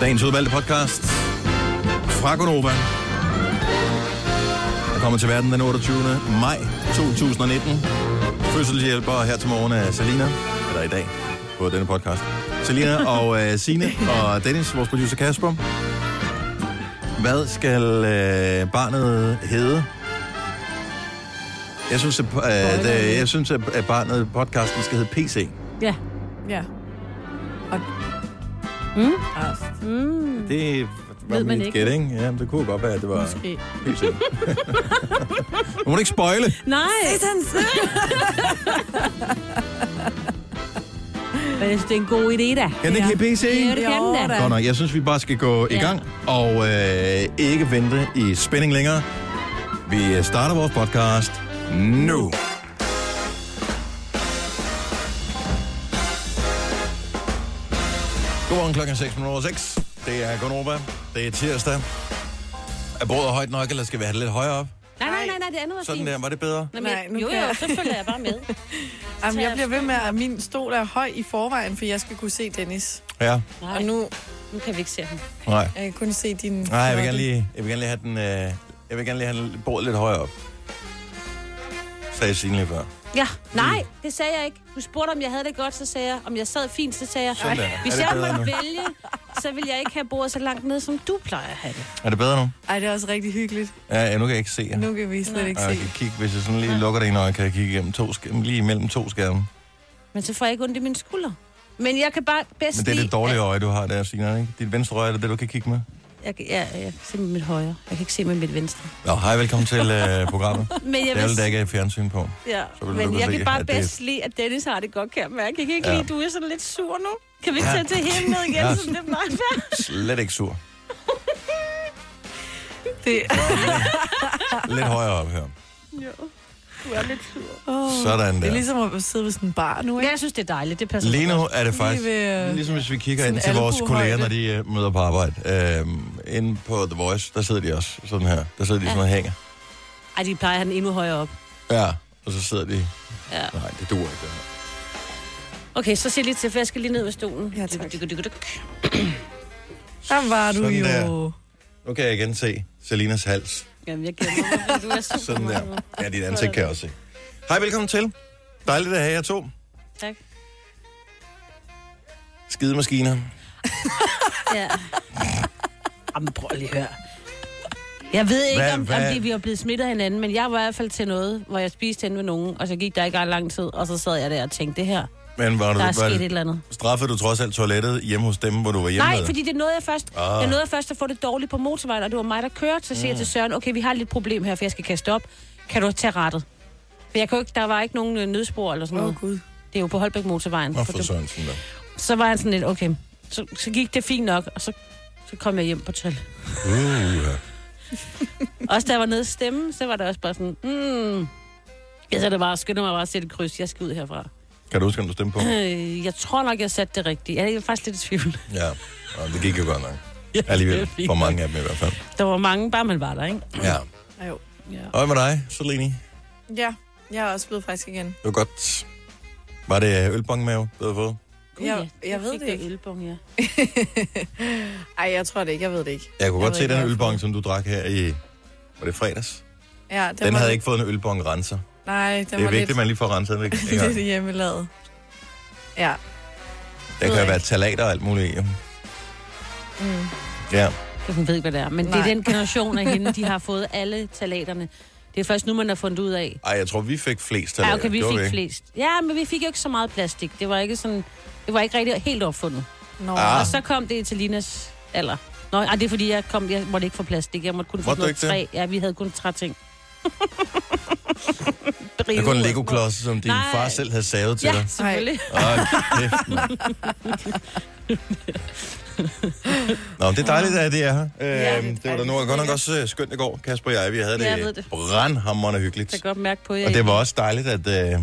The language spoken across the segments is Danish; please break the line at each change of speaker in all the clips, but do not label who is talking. Dagens udvalgte podcast fra Gonova. Jeg kommer til verden den 28. maj 2019. Fødselshjælper her til morgen er Selina, eller i dag på denne podcast. Selina og øh, Sine og Dennis, vores producer Kasper. Hvad skal øh, barnet hedde? Jeg synes, at, at, øh, jeg synes, at at barnet podcasten skal hedde PC.
Ja.
Ja. Og...
Mm.
Ast.
Mm.
Det var
Ved man
mit
ikke.
gæt, ikke? Ja, det kunne godt være, at det var
Måske.
PC. Nu må du ikke spoile.
Nej,
Essence.
men jeg synes, det er en god idé, da.
Kan det ikke
Ja.
lide PC?
Ja, det kan
Jo,
det da.
da.
Godt nok, jeg synes, vi bare skal gå i
Ja.
gang og øh, ikke vente i spænding længere. Vi øh, starter vores podcast nu. Godmorgen klokken 6.06. Det er Gonova. Det er tirsdag. Er bordet højt nok, eller skal vi have det lidt højere op?
Nej, nej, nej, nej, det andet var
Sådan
fint.
der, var det bedre?
Nå, men,
Nej, nu
jo,
kan
jo,
jeg.
så følger jeg bare med.
Jamen, jeg bliver ved med, at min stol er høj i forvejen, for jeg skal kunne se Dennis.
Ja,
Nej,
Og nu
nu kan vi ikke se ham.
nej.
jeg kan kun se din...
Nej, jeg vil gerne lige, jeg vil gerne lige have den, øh, jeg vil gerne lige have den bordet lidt højere op. Sagde Signe lige før.
Ja, nej, det sagde jeg ikke. Du spurgte, om jeg havde det godt, så sagde jeg. Om jeg sad fint, så sagde jeg.
Sådan der. Er
Hvis
det
jeg
bedre
måtte
nu?
vælge, så vil jeg ikke have bordet så langt ned, som du plejer at have det.
Er det bedre nu?
Ej, det er også rigtig hyggeligt.
Ja, ja nu kan jeg ikke se jer.
Nu kan vi slet ikke
Og
se.
jeg kan kigge, hvis jeg sådan lige lukker det ene øje, kan jeg kigge igennem to skærme, lige imellem to skærme.
Men så får jeg ikke ondt i mine skulder. Men jeg kan bare bedst
Men det er det
lide-
dårlige øje, du har der, Signe, ikke? Dit venstre øje er det, det, du kan kigge med.
Jeg, kan- ja, jeg kan se med mit højre. Jeg kan ikke se med mit venstre.
Nå, hej, velkommen til øh, programmet.
Men jeg
Det er jo, der ikke er fjernsyn på.
ja,
så vil du
men
kunne
jeg
se,
kan bare
at det-
bedst lide, at Dennis har det godt, kan jeg mærke. Jeg kan
Ja.
ikke ja. lide, at du er sådan lidt sur nu. Kan vi ikke
Ja.
tage til himlen ned igen,
Ja.
ja. som det plejer at være?
Slet ikke sur.
Det.
Lidt højere op her.
Jo, du er lidt sur.
Oh.
Sådan
Det er
der.
ligesom at sidde ved sådan en bar nu,
Ja,
ikke?
jeg synes, det er dejligt. Det passer
Lige
mig
nu
godt.
er det faktisk...
Lige ved, øh,
Ligesom hvis vi kigger ind
sådan
til vores kolleger,
albuehøjde.
når de øh, møder på arbejde. Øhm, inde på The Voice, der sidder de også sådan her. Der sidder de sådan og hænger.
Ej, de plejer at have den endnu højere op.
Ja, og så sidder de...
Ja.
Nej, det duer ikke. det her.
Okay, så sig lige til, for jeg skal lige ned med stolen.
Ja, tak.
Dyk, dyk, dyk, dyk.
Der var du
Sådan
jo.
der. Nu kan jeg igen se Selinas hals.
Jamen, jeg glemmer, mig, du er super
Sådan
meget
der.
nu.
Ja, dit ansigt kan jeg også se. Hej, velkommen til. Dejligt at have jer to.
Tak.
Skidemaskiner.
Ja. Jamen, prøv lige at høre. Jeg ved ikke,
Hvad-
om,
hvad-
om det, vi er blevet smittet af hinanden, men jeg var i hvert fald til noget, hvor jeg spiste hen ved nogen, og så gik der ikke ret lang tid, og så sad jeg der og tænkte, det her,
Men var du,
der er sket
var,
et eller andet.
straffede du trods alt toilettet hjemme hos dem, hvor du var hjemme?
Nej, fordi det nåede jeg først.
Ah. Mm.
Ah. Jeg nåede først at få det dårligt på motorvejen, og det var mig, der kørte. Så siger jeg til Søren, okay, vi har lidt problem her, for jeg skal kaste op. Kan du tage rettet? For jeg kunne ikke, der var ikke nogen øh, nødspor eller sådan
Åh,
noget.
oh, Gud.
Det er jo på Holbæk Motorvejen.
Nå,
For
for
det,
sådan sådan der.
så var han sådan lidt, okay. Så, så gik det fint nok, og så, så kom jeg hjem på tøl.
Uh, ja.
Også da jeg var nede i stemmen, så var der også bare sådan, mm. Jeg sagde det bare, skyndte mig bare at sætte et kryds, jeg skal ud herfra.
Kan du huske, om du stemte på?
Øh, jeg tror nok, jeg satte det rigtigt. Jeg er faktisk lidt i tvivl.
Ja, og det gik jo godt nok.
Ja,
Alligevel,
det er fint
for
nok.
mange af dem i hvert fald.
Der var mange, bare man var der, ikke?
Ja.
Ej, jo.
Ja.
Og hvad med dig, Selini?
Ja, jeg er også blevet frisk igen.
Det var godt. Var det øh, ølbongmave, du havde fået?
Gud,
Jeg,
ja.
jeg
Du
ved
fik
det
da
ikke.
Ølbong, ja.
Ej, jeg tror det ikke. Jeg ved det ikke.
Jeg kunne
Jeg
godt
ved
se
ikke,
den
hvad jeg
ølbong, som du drak her i... Var det fredags?
Ja, den,
Den
var
havde
lidt-
ikke fået en ølbong-renser.
Nej, den
Det er
var
vigtigt, at
lidt...
man lige får renset den. ikke?
det er det hjemmelavet. Ja.
Der kan
ved
jo
jeg
være
ikke.
talater og alt muligt i. jo.
Mm.
Ja.
Hun ved ikke, hvad det er. Men Nej. det
Nej.
er den generation af hende, de har fået alle talaterne. Det er først nu, man har fundet ud af.
Ej, jeg tror, vi fik flest talater.
Ja, okay, vi
Gjorde
fik
ikke?
flest. Ja, men vi fik jo ikke så meget plastik. Det var ikke sådan... Det var ikke rigtig helt opfundet.
Nå,
Ah.
Og så kom det til Linas alder. Nå, ej, det er fordi, jeg, kom, jeg måtte ikke få plastik. Jeg måtte kun få
Måtte du
sådan noget
ikke det?
træ. Ja, vi havde kun træting.
Det er kun Lego-klodser, som din
Nej.
far selv havde savet til
Ja,
dig.
selvfølgelig.
Ej, kæft, mand. Nå, men det er dejligt, at det er her.
Ja,
Øhm,
det er
det var da
dejligt.
nu godt nok også øh, skønt i går, Kasper og jeg. Vi havde det,
Ja, jeg ved det.
brandhammerende hyggeligt.
Jeg kan godt mærke på jer.
Og det var også dejligt, at øh,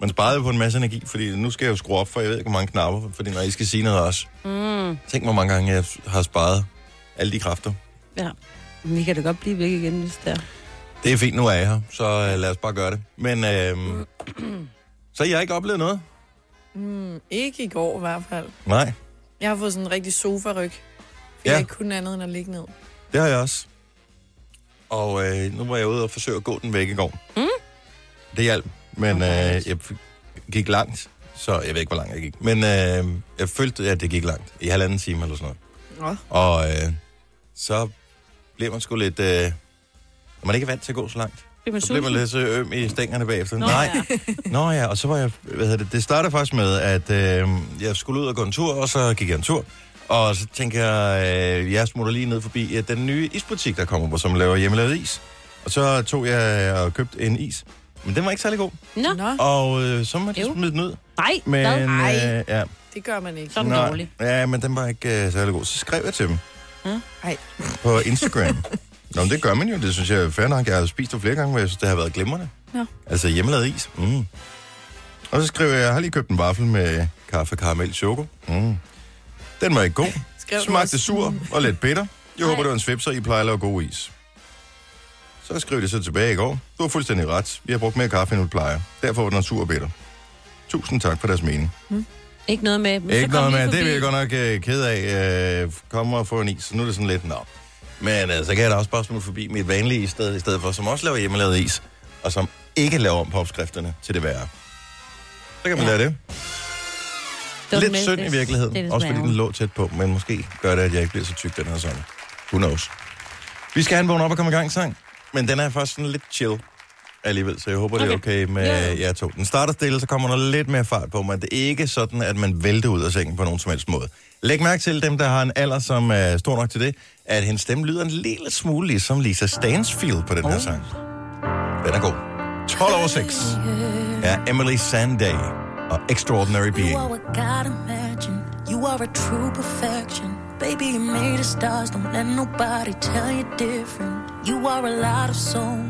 man sparede jo på en masse energi, fordi nu skal jeg jo skrue op for, jeg ved ikke, hvor mange knapper, fordi når I skal sige noget også.
Mm,
Tænk, hvor mange gange jeg har sparet alle de kræfter.
ja. Men Vi kan da godt blive væk igen, hvis det er.
Det er fint, nu er jeg her, så øh, lad os bare gøre det. Men øh, så jeg har ikke oplevet noget?
Mm, ikke i går i hvert fald.
Nej.
Jeg har fået sådan en rigtig sofa-ryg. Ja.
Ja.
Jeg kunne andet end at ligge ned.
Det har jeg også. Og øh, nu var jeg ude og forsøge at gå den væk i går. Mm. Det hjalp, men okay. øh, jeg f- gik langt. Så jeg ved ikke, hvor langt jeg gik. Men øh, jeg følte, at det gik langt. I halvanden time eller sådan noget.
Nå.
Og øh, så bliver man sgu lidt... Øh, når man ikke er vant til at gå så langt,
Bliver man
så bliver man
sulten?
lidt så øm i stængerne bagefter.
Nå,
Nej,
ja.
Nå ja, og så var jeg, hvad hedder det, det startede faktisk med, at øh, jeg skulle ud og gå en tur, og så gik jeg en tur. Og så tænker jeg, øh, jeg smutter lige ned forbi øh, den nye isbutik, der kommer, hvor som laver hjemmelavet is. Og så tog jeg og købte en is. Men den var ikke særlig god.
Nå,
Nå,
Og øh, så måtte jeg
Øv.
smide den ud.
nej,
Men,
hvad?
øh, ja,
det gør man ikke.
Så er den
nej,
dårlig. Hm?
ja, men den var ikke øh, særlig god. Så skrev jeg til dem
Ej.
på Instagram. Nå, men det gør man jo. Det synes jeg er fair nok. Jeg har spist det flere gange, men jeg synes, det har været glimrende.
Nå.
Altså hjemmelavet is. Mm. Og så skriver jeg, jeg har lige købt en vaffel med kaffe, karamel, choco. Mm. Den var ikke god.
Skrev du
Smagte
også,
sur og lidt bitter. Jeg
Ej.
håber, det var en svipser, I plejer at lave god is. Så skrev det så tilbage i går. Du har fuldstændig ret. Vi har brugt mere kaffe, end vi plejer. Derfor var den sur og bitter. Tusind tak for deres mening.
Ikke noget med... men så
Ikke noget
kom lige
med, det
forbi.
er vi godt nok øh, ked af. Øh, kommer og få en is, så nu er det sådan lidt, nå. Men øh, så kan jeg da også bare smutte forbi mit vanlige is sted, i stedet for, som også laver hjemmelavet is, og som ikke laver om på opskrifterne til det værre. Så kan man ja.
Ja.
lade det.
Det var
Lidt
den-
synd i
det-
virkeligheden,
det er
også fordi
desværre.
den lå tæt på, men måske gør det, at jeg ikke bliver så tyk den her sommer. Who knows. Vi skal have en vågen op og komme i gang sang, men den er faktisk sådan lidt chill alligevel, så jeg håber, det er okay
Okay.
med
Ja,
yeah.
ja.
jer to. Den starter stille, så kommer der lidt mere fart på, men det er ikke sådan, at man vælter ud af sengen på nogen som helst måde. Læg mærke til dem, der har en alder, som er stor nok til det, at hendes stemme lyder en lille smule ligesom Lisa Stansfield på den her sang. Den er god. 12 over 6 er Emily Sanday og Extraordinary
You
Being.
are what God imagined. You are a true perfection. Baby, you made of stars. Don't let nobody tell you different. You are a lot of soul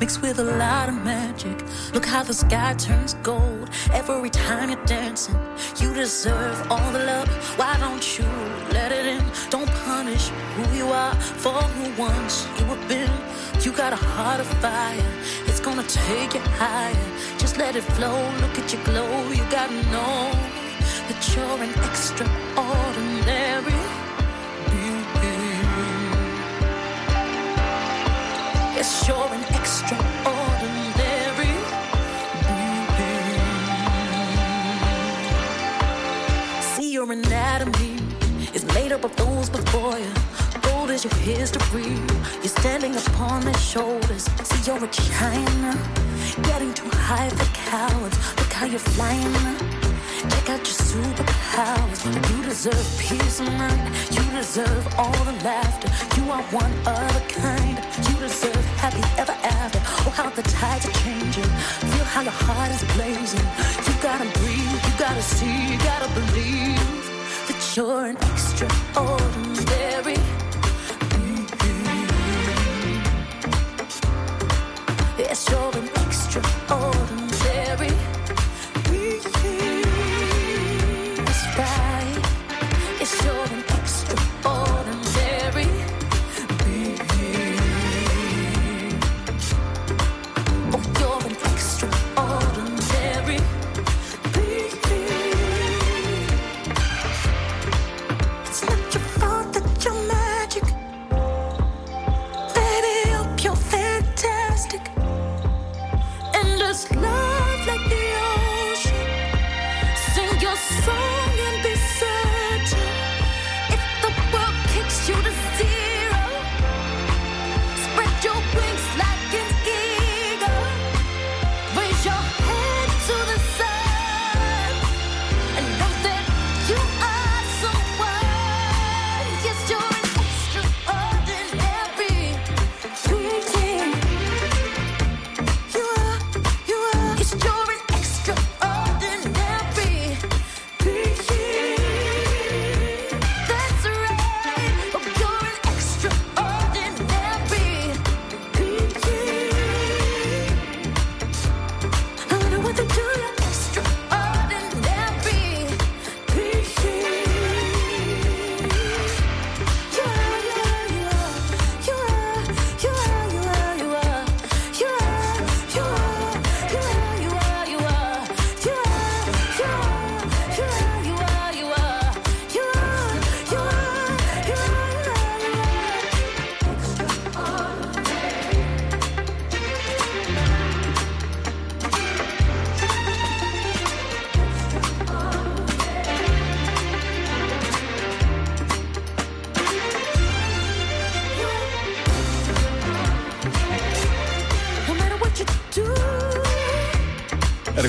mixed with a lot of magic. Look how the sky turns gold every time you're dancing. You deserve all the love. Why don't you let it in? Don't punish who you are for who once you have been. You got a heart of fire. It's gonna take you higher. Just let it flow. Look at your glow. You gotta know that you're an extraordinary being. Yes, you're an extraordinary being. See your anatomy is made up of those before you. Gold is your history. You're standing upon their shoulders. See, you're a China. Getting too high for cowards. Look how you're flying. Check out your superpowers. You deserve peace of mind. You deserve all the laughter. You are one of a kind. You deserve happy ever after. Oh, how the tides are changing. Feel how your heart is blazing. You gotta breathe. You gotta see. You gotta believe that you're an extraordinary. being. Yes, you're an extraordinary. being. That's right. Yes, you're an extraordinary. being. Oh, you're an extraordinary being. It's not your fault that you're magic. Baby, you're pure fantastic. And as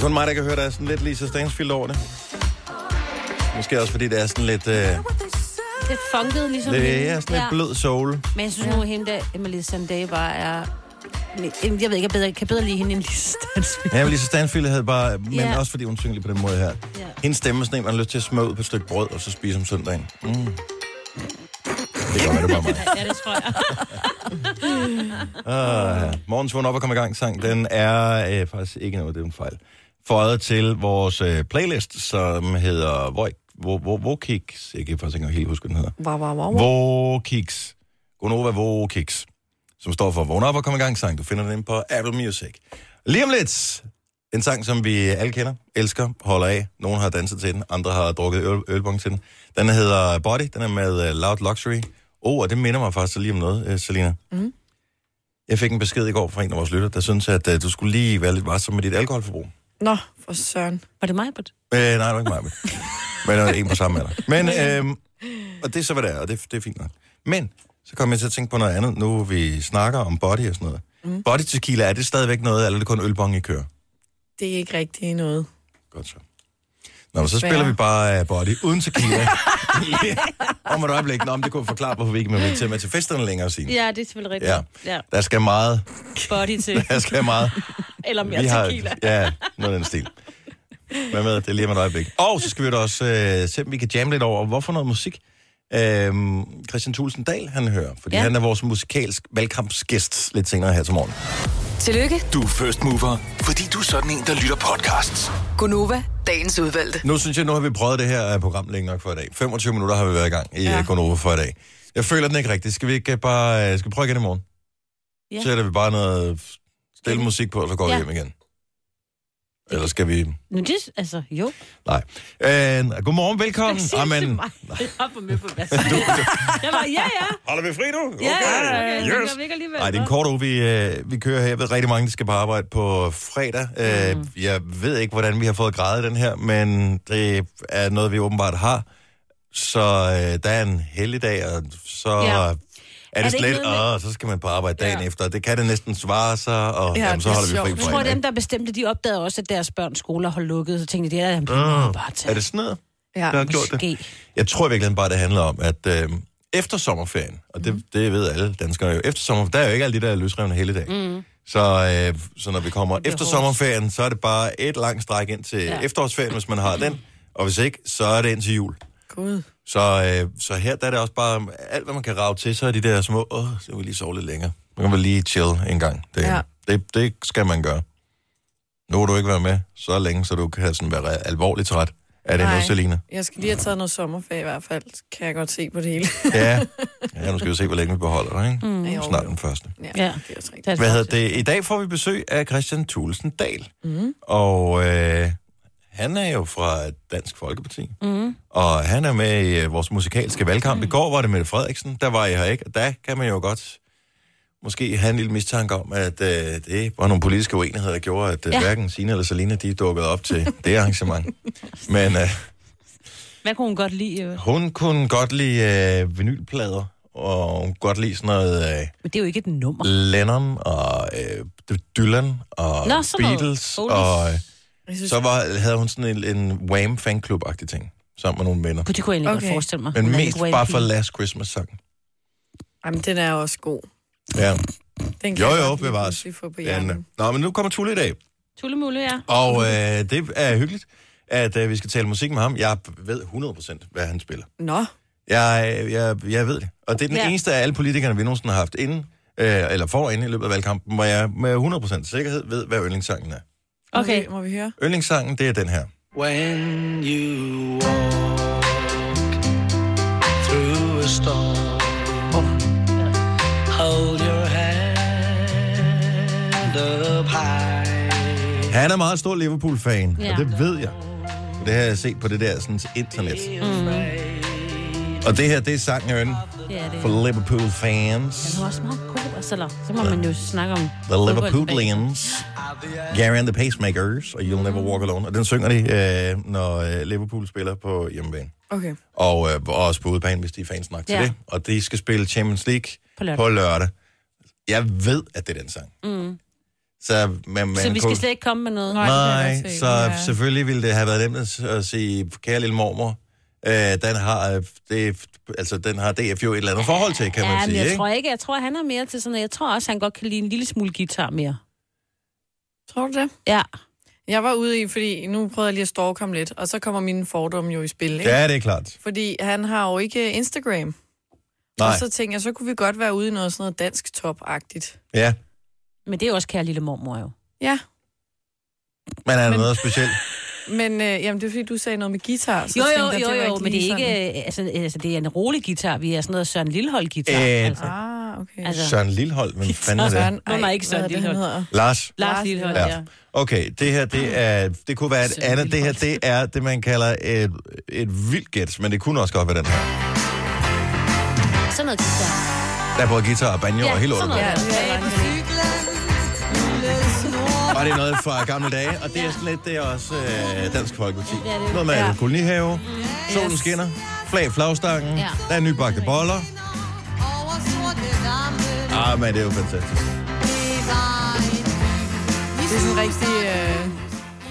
kun mig, der kan høre, der er sådan lidt Lisa Stansfield over det. Måske også, fordi det er sådan lidt... Øh,
Det funkede ligesom
lidt
hende.
ja, sådan lidt blød soul.
Men jeg synes nu, at hende der, Emily Sandé, bare er... Jeg ved ikke, jeg bedre, kan bedre lide hende end Lise Stansfield.
Ja, men Lisa Stanfield havde bare... Men
Ja.
også fordi hun synger lige på den måde her.
Ja.
Hendes stemme er sådan en, man har lyst til at smøre ud på et stykke brød, og så spise om søndagen. Mm. Det gør det bare mig.
Ja, det tror jeg.
Uh, morgens vågen op og kom i gang sang, den er øh, faktisk ikke noget, det er en fejl. Føjet til vores øh, playlist, som hedder Voj- Vo- Vo- Vokiks. Jeg kan faktisk ikke engang helt huske, hvad den hedder.
Wow, wow, wow.
Vokiks. Gonova Vokiks. Som står for Vågn op og kom i gang sang. Du finder den inde på Apple Music. Lige om lidt. En sang, som vi alle kender, elsker, holder af. Nogle har danset til den, andre har drukket øl, ølbong til den. Den hedder Body, den er med øh, Loud Luxury. Oh, og det minder mig faktisk lige om noget, øh, Selina. Mm. Jeg fik en besked i går fra en af vores lytter, der synes, at øh, du skulle lige være lidt varsom med dit alkoholforbrug.
Nå, for søren.
Var det mig, but?
Øh, nej, det var ikke mig. Men, men der var en på samme alder. Men, øh, og det er så, hvad det er, og det, det er fint nok. Men, så kom jeg til at tænke på noget andet, nu vi snakker om body og sådan noget. Mm. Body tequila, er det stadigvæk noget, eller er det kun ølbong, I kører?
Det er ikke rigtig noget.
Godt så. Nå, men så spiller vi bare uh, body uden tequila. om et øjeblik. Nå, men det kunne forklare, hvorfor vi ikke er med til, med til festerne længere, Signe.
Ja, det er selvfølgelig rigtigt.
Ja.
ja.
Der skal meget,
Body til.
der skal meget
Eller mere
vi har,
tequila.
Ja, noget af den stil. Hvad med, det er lige om et øjebek. Og så skal vi da også øh, se, om vi kan jamme lidt over, hvorfor noget musik øhm, Christian Thulsen Dahl, han hører. Fordi ja.
Ja.
han er vores musikalsk valgkampsgæst lidt senere her til morgen.
Tillykke,
Du er first mover, fordi du er sådan en, der lytter podcasts.
Gunova, dagens udvalgte.
Nu synes jeg, nu har vi prøvet det her øh, program længe nok for i dag. 25 minutter har vi været i gang i ja. Gonova for i dag. Jeg føler den ikke rigtigt. Skal vi ikke bare, øh, skal vi prøve igen i morgen? Ja.
Ja.
Sætter vi bare noget stille musik på, og så går ja.
Ja.
vi hjem igen. Eller skal vi...
Nu, det, altså, jo.
Nej. Øh, godmorgen, velkommen.
Sig det til mig. Jeg er på med på vasken. Jeg var, ja, ja.
Holder vi fri nu?
Ja, okay. Yes. Det gør vi ikke alligevel.
Nej, det er en
hva'?
kort uge, vi, øh, vi kører her. Jeg ved rigtig mange, der skal på arbejde på fredag. Øh,
Mm.
Jeg ved ikke, hvordan vi har fået gradet den her, men det er noget, vi åbenbart har. Så øh, der er en helligdag, og så
Ja.
ja. er det, er
Er
det
det ikke
slet,
noget med-
og så skal man på arbejde dagen ja.
Ja.
efter. Det kan det næsten svare sig, og
Ja,
ja, jamen, så
det er
holder vi fri
sjovt.
Jeg tror,
fredag.
dem, der bestemte, de opdagede også, at deres børns skoler holdt lukket. Så tænkte de, det er jamen, det må
ikke?
man bare
Ah, Er
tage.
det sådan noget?
Ja.
der har gjort det?
Måske.
Jeg tror virkelig bare, det handler om, at øh, efter sommerferien, og
Mm.
det, det ved alle danskere jo, efter sommerferien, der er jo ikke alle de der løsrevne hele dag. Mm. Så, øh, så når vi kommer
bliver
efter
hårdt.
sommerferien, så er det bare et langt stræk ind til ja.
Ja.
efterårsferien, hvis man har den. Og hvis ikke, så er det ind til jul.
Gud.
Så, øh, så her der er det også bare, alt hvad man kan rave til, så er de der små, åh, så vil vi lige sove lidt længere. Man kan vel lige chill en gang. Det, ja.
Ja.
det, det skal man gøre. Nu har du ikke været med så længe, så du kan sådan være alvorligt træt. Er det
Nej.
nu, Selina?
Jeg skal lige have taget noget sommerferie i hvert fald. Kan jeg godt se på det hele.
Ja. ja, nu skal vi se, hvor længe vi beholder dig, ikke? Mm.
Jo,
Snart
jo.
den første.
Ja,
Ja.
det er også rigtigt.
Det er det
Hvad hedder
faktisk.
det? I dag får vi besøg af Christian Thulesen Dahl. Mm. Og øh, han er jo fra Dansk Folkeparti. Mm. Og han er med i øh, vores musikalske valgkamp. I går var det Mette Frederiksen. Der var jeg her ikke. Og der kan man jo godt måske have en lille mistanke om, at øh, det var nogle politiske uenigheder, der gjorde, at øh, ja.
Ja.
hverken Signe eller Selina, de dukkede op til det arrangement. Men øh,
Hvad kunne hun godt lide? øh?
hun kunne godt lide øh, vinylplader, og hun kunne godt lide sådan noget... Øh,
Men det er jo ikke et nummer.
Lennon og øh, Dylan og Nå,
Nå, sådan noget.
Beatles.
Oldies.
Og øh,
Jeg synes,
så var, havde hun sådan en, en Wham fanklub-agtig ting, sammen med nogle venner.
Det kunne jeg egentlig
Okay.
godt forestille mig.
Men
Hun er
mest
lidt wacky.
bare for Last Christmas-sangen.
jamen, den er også god.
Ja,
Den kan
Jo,
jeg
jo,
godt lige
bevares.
pludselig få på
ja.
hjernen. Mhm.
Nå, men nu kommer Tulle i dag,
Tullemulle, ja.
og øh, det er hyggeligt, at øh, vi skal tale musik med ham. Jeg ved 100% hvad han spiller.
Nå,
Jeg, jeg, jeg ved det. Og det er den ja.
Ja.
eneste af alle politikerne, vi nogensinde har haft inden, øh, eller får inden i løbet af valgkampen, hvor jeg med 100% sikkerhed ved, hvad yndlingssangen er.
Okay.
Må vi, må vi høre?
Yndlingssangen, det er den her.
When you walk through a storm, hold your hand up high.
Han er meget stor Liverpool-fan, ja.
Ja.
og det ved jeg. Det har jeg set på det der sådan, internet.
Afraid
Og det her, det er sangen Øen
Det er det.
for Liverpool-fans.
Den er også meget god, altså, eller, så må man jo snakke om...
The
fodbold
Liverpoolians.
I'll be at
Gary and the Pacemakers, og You'll Never Walk Alone. Og den synger de, øh, når øh, Liverpool spiller på hjemmebane.
Okay.
Og øh, og også på udebane, hvis de er fans nok til
Ja.
det. Og de skal spille Champions League
På lørdag.
på lørdag. Jeg ved, at det er den sang. Mm. Så, man, man
så
kunne-
vi skal slet ikke komme med altså. noget.
Nej. det kan
Nej,
jeg godt se,
så
ja.
selvfølgelig ville det have været nemt at s- at sige, kære lille mormor, øh, den, har, øh, det, altså, den har DF jo et eller andet forhold til, kan man
ja, men
sige,
jeg
ikke?
tror ikke. Jeg tror, han er mere til sådan noget. Jeg tror også, han godt kan lide en lille smule guitar mere.
Tror du det?
Ja.
Jeg var ude i, fordi nu prøvede jeg lige at stalke ham lidt, og så kommer mine fordomme jo i spil, ikke?
Ja, det er klart.
Fordi han har jo ikke Instagram.
Nej,
Og så tænkte jeg, så kunne vi godt være ude i noget sådan noget dansk top-agtigt.
ja.
Men det er jo også kære lille mormor jo.
Ja,
Men er der
Men-
noget specielt?
men øh, jamen, det er fordi, du sagde noget med guitar. Så
Jo,
tænkte
jo,
jeg,
jo,
var
jo, men det er
lige
ikke... øh, Altså, altså, det er en rolig guitar. Vi er sådan noget Søren Lillehold guitar.
Øh,
altså.
Sådan. Ah, okay.
Altså,
Søren Lillehold, hvem fanden er det?
Søren,
Nå, nej, ikke Søren
hvad er det, han
Lillehold.
hedder?
Lars?
Lars Lillehold,
Ja.
ja. ja.
Okay, det her, det, er, det kunne være et
Søren
andet. Det her, det er det, man kalder et, et vildt gæt, men det kunne også godt være den her.
Sådan noget guitar.
Der er både guitar og banjo og hele
sådan
lortet.
noget.
Ja, det er Langkalle.
Og det er noget fra gamle dage, og det er sådan lidt, det er også øh, Dansk Folkeparti.
det er det.
Noget med
Ja.
ja. kolonihave, solen
Yes.
skinner, flag i flagstangen,
Ja.
der er nybagte boller. Ah, men det er jo fantastisk.
Det er sådan rigtig øh,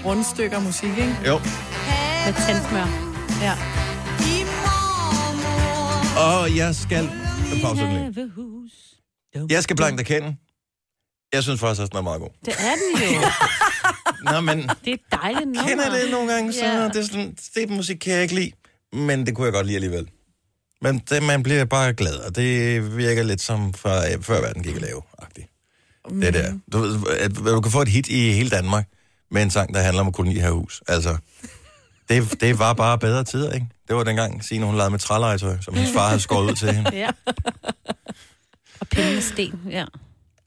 rundstykker musik, ikke?
Jo,
Med tandsmør.
Ja.
og jeg skal... Pause den lige.
Havehus.
Jeg skal blankt erkende. Jeg synes faktisk også, den er meget god.
Det er den jo.
Nå, men
Det er et dejligt nummer.
kender det nogle gange, så
Ja.
yeah. det er sådan, det musik kan jeg ikke lide, men det kunne jeg godt lide alligevel. Men det, man bliver bare glad, og det virker lidt som fra øh, før verden gik at lave -agtigt. Det der.
Mm.
Du, ved, at, du kan få et hit i hele Danmark med en sang, der handler om at kunne lide her hus. Altså, det, det var bare bedre tider, ikke? Det var dengang, Signe, hun legede med trælegetøj, som hendes far havde skåret ud til hende.
Ja. Og pinde med sten, ja.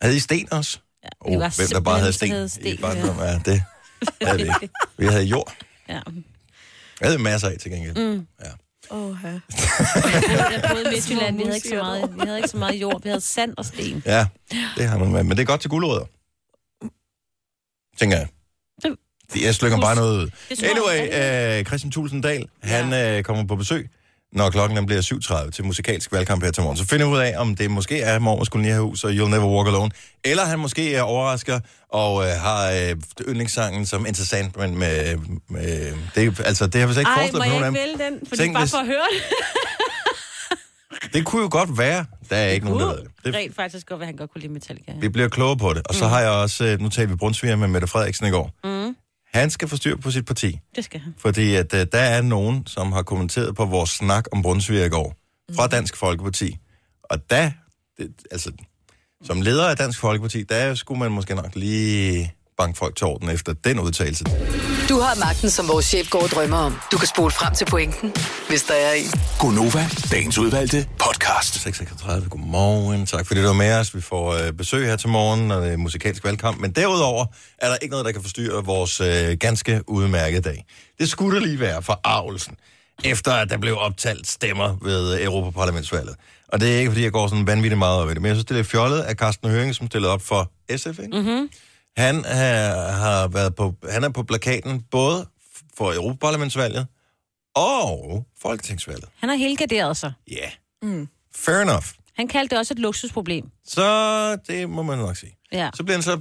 Havde I sten også?
vi
Oh,
var
hvem der bare havde sten,
simpelthen
havde
sten,
sten i barndommen. Ja. det havde vi ikke. Vi havde jord.
ja.
Jeg havde masser af til gengæld. Mm. Ja.
Åh, ja.
Jeg boede i Midtjylland, vi havde, ikke så meget, vi havde ikke så meget jord, vi havde sand og sten.
Ja, det har man med. Men det er godt til gulerødder. Tænker jeg.
Det-
Det- Jeg slykker bare noget ud.
Det tror jeg,
Anyway,
det
øh, Christian Tulsendal, han øh, kommer på besøg, når klokken den bliver 7.30 til musikalsk valgkamp her til morgen. Så finder vi ud af, om det måske er mormors kolonierhus og You'll Never Walk Alone, eller han måske er overrasker og øh, har øh, yndlingssangen som interessant, men med, med, det, altså, det har vi slet ikke
Ej, må
forestillet på
jeg
nogen af
ikke
dem.
vælge den? Fordi
Tænk,
bare
hvis-
for at høre det.
Det kunne jo godt være. Der er ikke nogen, der ved det. det.
Uh, Rent faktisk godt, hvad han godt kunne lide Metallica.
Vi bliver klogere på det. Og så har jeg også, øh, nu talte vi Brunsviger med Mette Frederiksen i går. Mm. Han skal få styr på sit parti,
Det skal han.
fordi at, øh, der er nogen, som har kommenteret på vores snak om Brunsviger i går, fra Dansk Folkeparti. Og da, det, altså, som leder af Dansk Folkeparti, der skulle man måske nok lige banke folk til orden efter den udtalelse.
Du har magten, som vores chef går og drømmer om. Du kan spole frem til pointen, hvis der er en.
Gonova, dagens udvalgte podcast.
6.36, godmorgen. Tak fordi du var med os. Vi får øh, besøg her til morgen, og det er musikalsk valgkamp. Men derudover er der ikke noget, der kan forstyrre vores øh, ganske udmærkede dag. Det skulle der lige være for Arvelsen, efter at der blev optalt stemmer ved øh, Europaparlamentsvalget. Og det er ikke, fordi jeg går sådan vanvittigt meget op i det, men jeg synes, det er lidt fjollet, at Carsten Høring, som stillede op for SF, ikke? Mm-hmm. Han, øh, har været på, han er på plakaten både for Europaparlamentsvalget og Folketingsvalget.
Han har helgarderet sig.
Ja. Yeah. Mm. Fair enough.
Han kaldte det også et luksusproblem.
Så det må man nok sige.
Ja.
Så bliver han så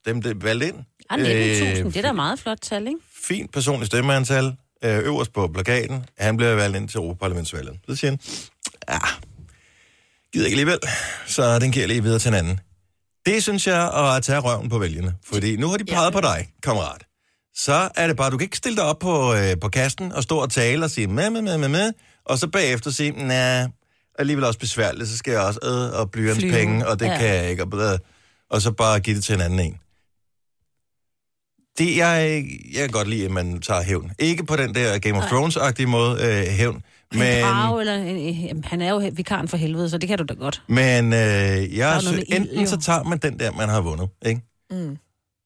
stemt valgt ind.
Ah,
Øh,
19.000, det er da meget flot tal, ikke?
Fint personligt stemmeantal, øh, øverst på plakaten. Han bliver valgt ind til Europaparlamentsvalget. Så siger han, ja, gider ikke alligevel, så den giver jeg lige videre til en anden. Det synes jeg er at tage røven på vælgerne, fordi nu har de peget på dig, kammerat. Så er det bare, du kan ikke stille dig op på, øh, på kasten og stå og tale og sige med, med, med, med, med, og så bagefter sige, nej, alligevel også besværligt, så skal jeg også æde og blyants
Flyve.
penge, og det
Ja.
ja. kan jeg ikke, og, blablabla. og så bare give det til en anden en. Det, jeg, jeg kan godt lide, at man tager hævn. Ikke på den der Game of Thrones-agtige måde øh, hævn,
Men...
men...
Bravo, eller, en- en- jamen, han er jo he- vikaren for helvede, så det kan du da godt.
Men øh, jeg
noget
synes,
med ild,
enten
jo.
så tager man den der, man har vundet, ikke? Mm.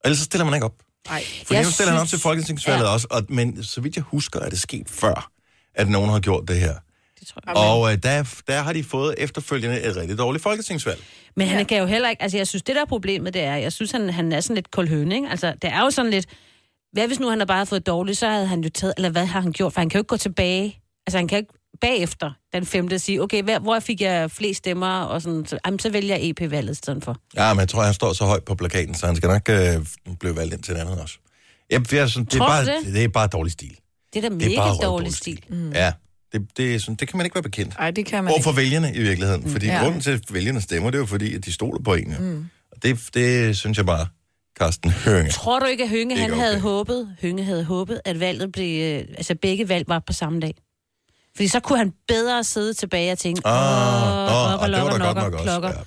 Ellers så stiller man ikke op.
Ej.
For
Jeg
nu stiller han op
synes-
til Folketingsvalget ja. også, og, men så vidt jeg husker, er det sket før, at nogen har gjort det her.
Det tror jeg.
Amen.
Og øh, der, der har de fået efterfølgende et rigtig dårligt folketingsvalg.
Men han kan jo heller ikke... Altså, jeg synes, det der er problemet, det er, jeg synes, han, han er sådan lidt koldhøne, ikke? Altså, det er jo sådan lidt... Hvad hvis nu han har bare fået dårligt, så havde han jo taget... Eller hvad har han gjort? For han kan jo ikke gå tilbage. Altså, han kan jo ikke bagefter den femte og sige, okay, hvad, hvor fik jeg flest stemmer, og sådan, så, jamen, så vælger jeg EP-valget i stedet for.
Ja, men jeg tror, han står så højt på plakaten, så han skal nok øh, blive valgt ind til det andet også. Jeg, jeg, sådan, det, er
Tror du
bare,
det?
det er bare dårlig stil.
Det er
Det
da
er bare
mega dårlig
røvdårlig
stil.
Mm. Ja, det, det, er sådan, det kan man ikke være bekendt.
Nej, det kan man
Over
ikke. Mm,
for vælgerne i virkeligheden. Fordi
Ja.
grunden til, at vælgerne stemmer, det er jo fordi, at de stoler på en. Mm. Og det, det synes jeg bare, Carsten Høring.
Tror du ikke, at Hønge
Ikke
han havde
okay.
håbet, Hønge havde håbet, at valget blev, øh, altså begge valg var på samme dag? Fordi så kunne han bedre sidde tilbage og tænke,
Ah,
åh,
oh,
op
oh,
og
det var
lokker,
da godt
lokker,
nok
klokker.
også. Ja.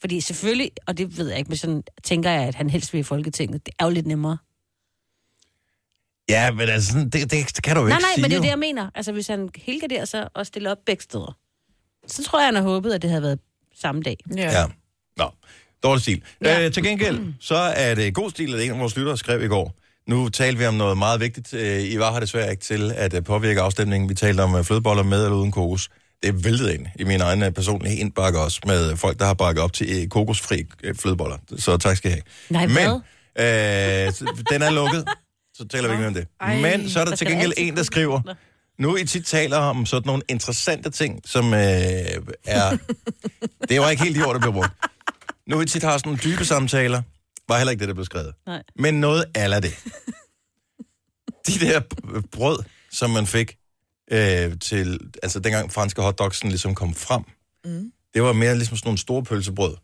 Fordi selvfølgelig, og det ved jeg ikke, men sådan tænker jeg, at han helst vil i Folketinget. Det er jo lidt nemmere.
Ja, men altså, sådan, det, det, det kan du jo
Nej,
ikke
nej,
sige.
men det er
jo.
det, jeg mener. Altså, hvis han helgarderer sig og stiller op begge steder, så tror jeg, han har håbet, at det havde været samme dag.
Ja.
Ja. Nå, dårlig stil. Ja.
Ja.
Øh, til gengæld, så er det god stil, at en af vores lyttere skrev i går. Nu talte vi om noget meget vigtigt. Øh, I var her desværre ikke til at øh, påvirke afstemningen. Vi talte om øh, flødeboller med eller uden kokos. Det er væltet ind i min egen øh, personlige indbakke også, med øh, folk, der har bakket op til øh, kokosfri øh, flødeboller. Så tak skal I have.
Nej,
Men
hvad?
øh, så- den er lukket, så taler vi ikke mere om det.
Ej,
Men så er der
der
til
skal
gengæld
altid
en, der skriver, nu I tit taler om sådan nogle interessante ting, som øh, er... Det var ikke helt de ord, der blev brugt. Nu vi tit har sådan nogle dybe samtaler, var heller ikke det, der blev skrevet.
Nej.
Men noget aller det. De der b- brød, som man fik øh, til, altså dengang franske hotdogsen ligesom kom frem, mm. det var mere ligesom sådan nogle store pølsebrød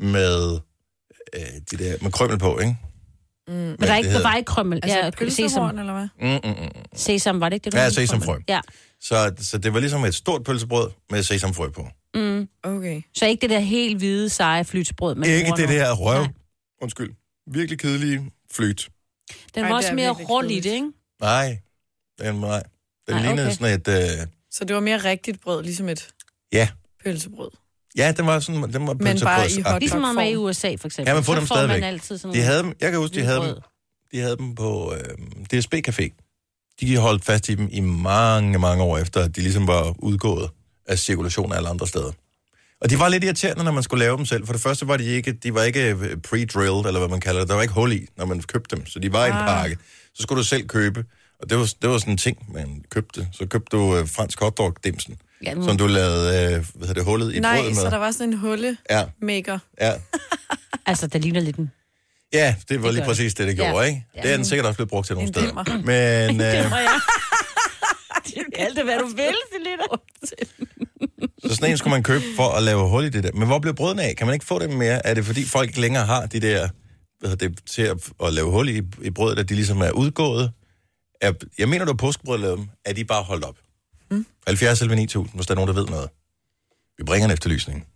med øh, de der, med krømmel på, ikke? Mm. Men
Men der er ikke, der var ikke krømmel.
Altså ja,
ja,
pølsehorn,
sesam.
eller hvad?
Mm, mm, mm.
sesam, var det ikke det, du
Ja,
hed?
sesamfrø.
Ja.
Så, så det var ligesom et stort pølsebrød med sesamfrø på.
Okay.
Mm. Så ikke det der helt hvide, seje flytsbrød. Man
ikke
bruger
det
nu.
der røv,
Nej.
undskyld, virkelig kedelige flyt.
Den
Ej,
var
det
også
er
mere
virkelig
rund i det,
kedeligt.
ikke?
Nej, den, nej. den
Nej,
lignede
okay.
sådan et... Øh,
Så det var mere rigtigt brød, ligesom et
ja,
pølsebrød.
ja, den var sådan... Den var
Men bare i
pølsebrøds-
hot
Ligesom man er i USA, for eksempel.
Ja, man får
så
dem
får
stadigvæk.
man altid sådan
De havde dem, jeg kan huske, de havde dem,
Hvidbrød.
de havde dem på øh, DSB Café. De holdt fast i dem i mange, mange år efter, at de ligesom var udgået af cirkulation af alle andre steder. Og de var lidt irriterende, når man skulle lave dem selv. For det første var de ikke, de var ikke øh, pre-drilled, eller hvad man kalder det. Der var ikke hul i, når man købte dem. Så de var i en
Ah.
pakke. Så skulle du selv købe. Og det var, det var sådan en ting, man købte. Så købte du øh, fransk hotdog-dimsen,
Ja,
ja,
men-
som du lavede øh, hvad hedder det, hullet i
Nej,
brødet med.
så der var sådan en hullemaker.
Ja, ja.
Altså, der ligner lidt en...
Ja, det var
Det
lige
gør det.
præcis det, det
Ja.
gjorde, ikke? Det er den sikkert også blevet brugt til nogle
En
steder.
dimmer.
Men øh,
Alt det, hvad du vil, Selina.
så sådan en skulle man købe for at lave hul i det der. Men hvor blev brødene af? Kan man ikke få dem mere? Er det fordi folk ikke længere har de der hvad hedder det, til at, at lave hul i, i brødet, at de ligesom er udgået? Er, jeg mener, du har påskebrød lavet dem. Er de bare holdt op? Mm. 70 eller 9000, hvis der er nogen, der ved noget. Vi bringer en efterlysning.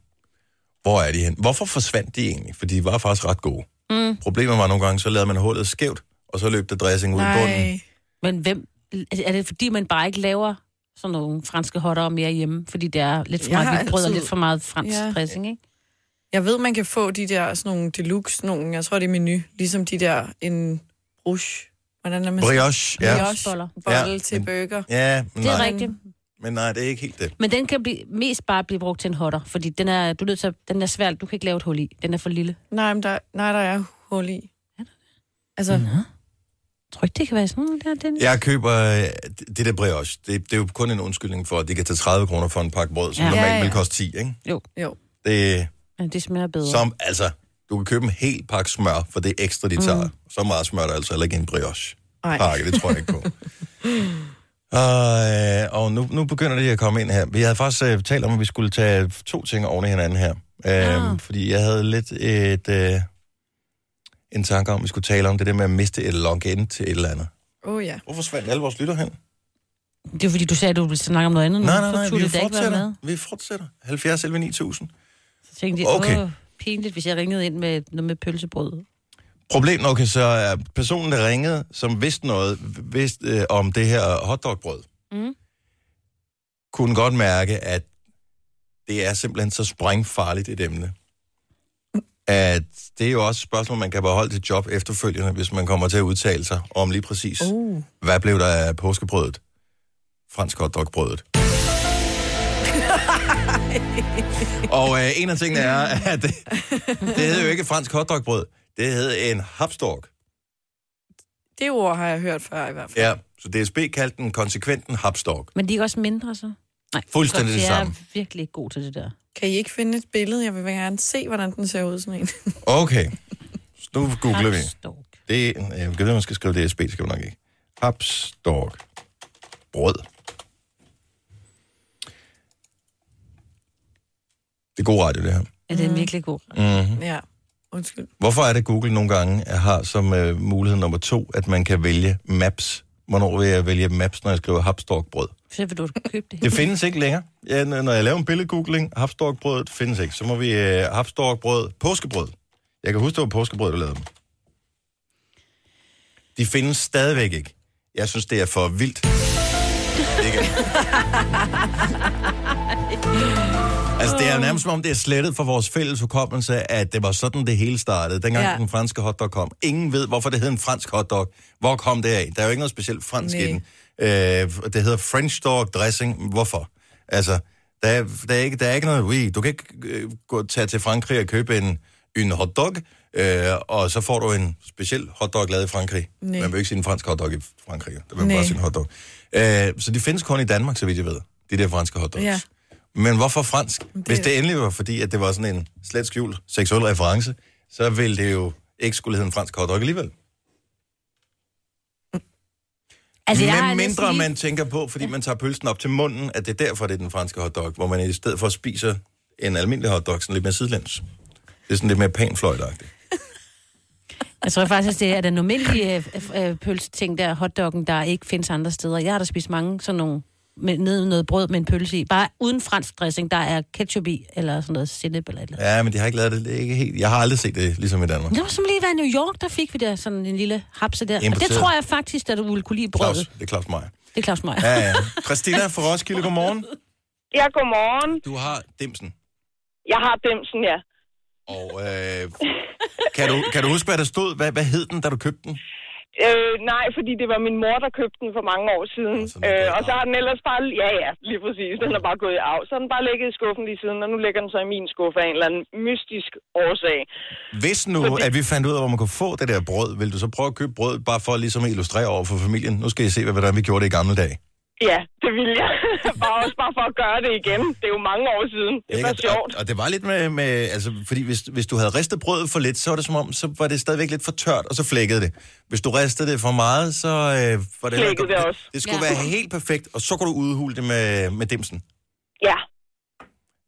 Hvor er de hen? Hvorfor forsvandt de egentlig? For de var faktisk ret gode. Mm. Problemet var nogle gange, så lavede man hullet skævt, og så løb der dressing ud i bunden.
Nej.
Men hvem... Er det, fordi man bare ikke laver sådan nogle franske hotter mere hjemme? Fordi det er lidt for
Jeg
meget
har
hvidt brød og
altid-
lidt for meget fransk
Ja.
dressing, ikke?
Jeg ved, man kan få de der sådan nogle deluxe, nogle, jeg tror, det er menu, ligesom de der en bruche. Hvordan er man
Brioche, ja.
Boller.
Bolle
Ja,
ja, til
men-
burger.
Ja, men
Det er
nej,
rigtigt.
men nej, det er ikke helt det.
Men den kan blive, mest bare blive brugt til en hotter, fordi den er, du er nødt til, at- den er svær, du kan ikke lave et hul i. Den er for lille.
Nej, men der, nej, der er hul i. Altså,
Jeg tror ikke, det kan være sådan, der er den.
Jeg køber øh, det- det der brioche. Det, det er jo kun en undskyldning for, at det kan tage 30 kroner for en pakke brød, som ja.
Ja.
normalt ja,
Ja,
ja.
ja.
vil koste 10, ikke?
Jo,
jo.
Det,
men det smager bedre.
som, altså, du kan købe en hel pakke smør for det ekstra, de tager. Så meget smør er der altså heller ikke i en brioche.
Nej.
pakke, det tror jeg ikke på. Og, øh, og nu, nu begynder det at komme ind her. Vi havde faktisk øh, talt om, at vi skulle tage to ting oven i hinanden her. Øhm, Fordi jeg havde lidt et, øh, en tanke om, at vi skulle tale om det der med at miste et login til et eller andet.
Åh oh, ja.
Hvor forsvandt alle vores lytter hen? Mm.
Det er fordi, du sagde, at du ville snakke om noget andet. nu,
Nej, nej,
så
nej,
turde
vi
det da ikke være
fortsætter.
med.
Vi fortsætter. 70 11 9000.
Så tænkte jeg,
Okay.
okay. åh, pinligt, hvis jeg ringede ind med noget med pølsebrød.
Problemet okay, så er personen, der ringede, som vidste noget vidste, øh, om det her hotdogbrød,
Mm.
kunne godt mærke, at det er simpelthen så sprængfarligt et emne. At det er jo også et spørgsmål, man kan beholde til job efterfølgende, hvis man kommer til at udtale sig om lige præcis, uh.
Oh.
Uh.
hvad blev der af påskebrødet? Fransk hotdogbrødet. Og øh, en af tingene er, at det, det hed jo ikke fransk hotdogbrød. Det hed en hapstork.
Det ord har jeg hørt før i hvert fald.
Ja, så DSB kaldte den konsekventen hapstork.
Men de er ikke også mindre, så? Nej,
Fuldstændig det
så Jeg
samme.
er virkelig ikke god til det der.
Kan I ikke finde et billede? Jeg vil gerne se, hvordan den ser ud, sådan en.
Okay. Så Nu googler vi.
Papstork.
Det, øh, jeg ved, om man skal skrive DSB, det skal man nok ikke. Papstork. Brød. Det er god radio, det her. Mhm.
Ja, det er virkelig god.
Mhm. Ja, undskyld.
Hvorfor er det, Google nogle gange har som øh, mulighed nummer to, at man kan vælge maps? Hvornår vil jeg vælge maps, når jeg skriver hapstorkbrød?
Så vil du købe det.
Det findes ikke længere. Ja, n- når jeg laver en billedgoogling, hapstorkbrødet findes ikke. Så må vi øh, hapstorkbrød, påskebrød. Jeg kan huske, det var påskebrød, der lavede dem. De findes stadigvæk ikke. Jeg synes, det er for vildt. Ikke? altså, det er jo nærmest som om, det er slettet for vores fælles hukommelse, at det var sådan, det hele startede, dengang ja.
Ja.
den franske hotdog kom. Ingen ved, hvorfor det hed en fransk hotdog. Hvor kom det af? Der er jo ikke noget specielt fransk
Nej.
i den. Øh, det hedder French dog dressing. Hvorfor? Altså, der er, der er, ikke, der er ikke noget... Oui. Du kan ikke øh, gå, tage til Frankrig og købe en, en hotdog, øh, og så får du en speciel hotdog lavet i Frankrig.
Nej.
Man vil ikke sige en fransk hotdog i Frankrig. Der vil man
Nej.
bare sige en hotdog. Øh, så de findes kun i Danmark, så vidt jeg ved. De der franske hotdogs.
Ja.
Men hvorfor fransk? Det... Hvis det endelig var fordi, at det var sådan en slet skjult seksuel reference, så ville det jo ikke skulle hedde en fransk hotdog alligevel. Altså,
jeg
Med
har næsten
mindre
lige-
man tænker på, fordi man tager pølsen op til munden, at det er derfor, det er den franske hotdog, hvor man i stedet for spiser en almindelig hotdog, sådan lidt mere sidelæns. Det er sådan lidt mere panfløjtagtigt.
Jeg tror faktisk, at det er den almindelige øh, øh, pølseting der, hotdoggen, der ikke findes andre steder. Jeg har da spist mange sådan nogle med ned i noget brød med en pølse i. Bare uden fransk dressing, der er ketchup i, eller sådan noget sennep eller et eller andet.
Ja, men de har ikke lavet det, det er ikke helt... Jeg har aldrig set det ligesom i Danmark.
Det var som lige være i New York, der fik vi der sådan en lille hapse der. Og det
Importeret.
tror jeg faktisk, at du ville kunne lide brødet.
Claus, det er Claus Meier.
Det er Claus Meier.
Ja, ja. Christina fra Roskilde, godmorgen.
Ja, godmorgen.
Du har dimsen.
Jeg har dimsen, ja.
Og øh, kan, du, kan du huske, hvad der stod? Hvad, hvad hed den, da du købte den?
Øh, nej, fordi det var min mor, der købte den for mange år siden.
Nå, så den er
øh,
gået i
og så
arv.
har den ellers bare... Ja, ja, lige præcis. Den er bare gået i arv. Så har den bare ligget i skuffen lige siden, og nu ligger den så i min skuffe af en eller anden mystisk årsag.
Hvis nu, at vi fandt ud af, hvor man kunne få det der brød, vil du så prøve at købe brød, bare for ligesom at illustrere over for familien? Nu skal I se, hvad- hvordan vi gjorde det i gamle dage.
Ja, det vil jeg. bare også bare for at gøre det igen. Det er jo mange år siden. Det
Ikke?
var
Og-
sjovt.
Og, og det var lidt med, med altså, fordi hvis, hvis du havde ristet brødet for lidt, så var det som om, så var det stadigvæk lidt for tørt, og så flækkede det. Hvis du ristede det for meget, så øh, var det...
Flækkede det også.
Det skulle ja.
Ja.
være helt perfekt, og så kunne du udhule det med, med dimsen.
Ja,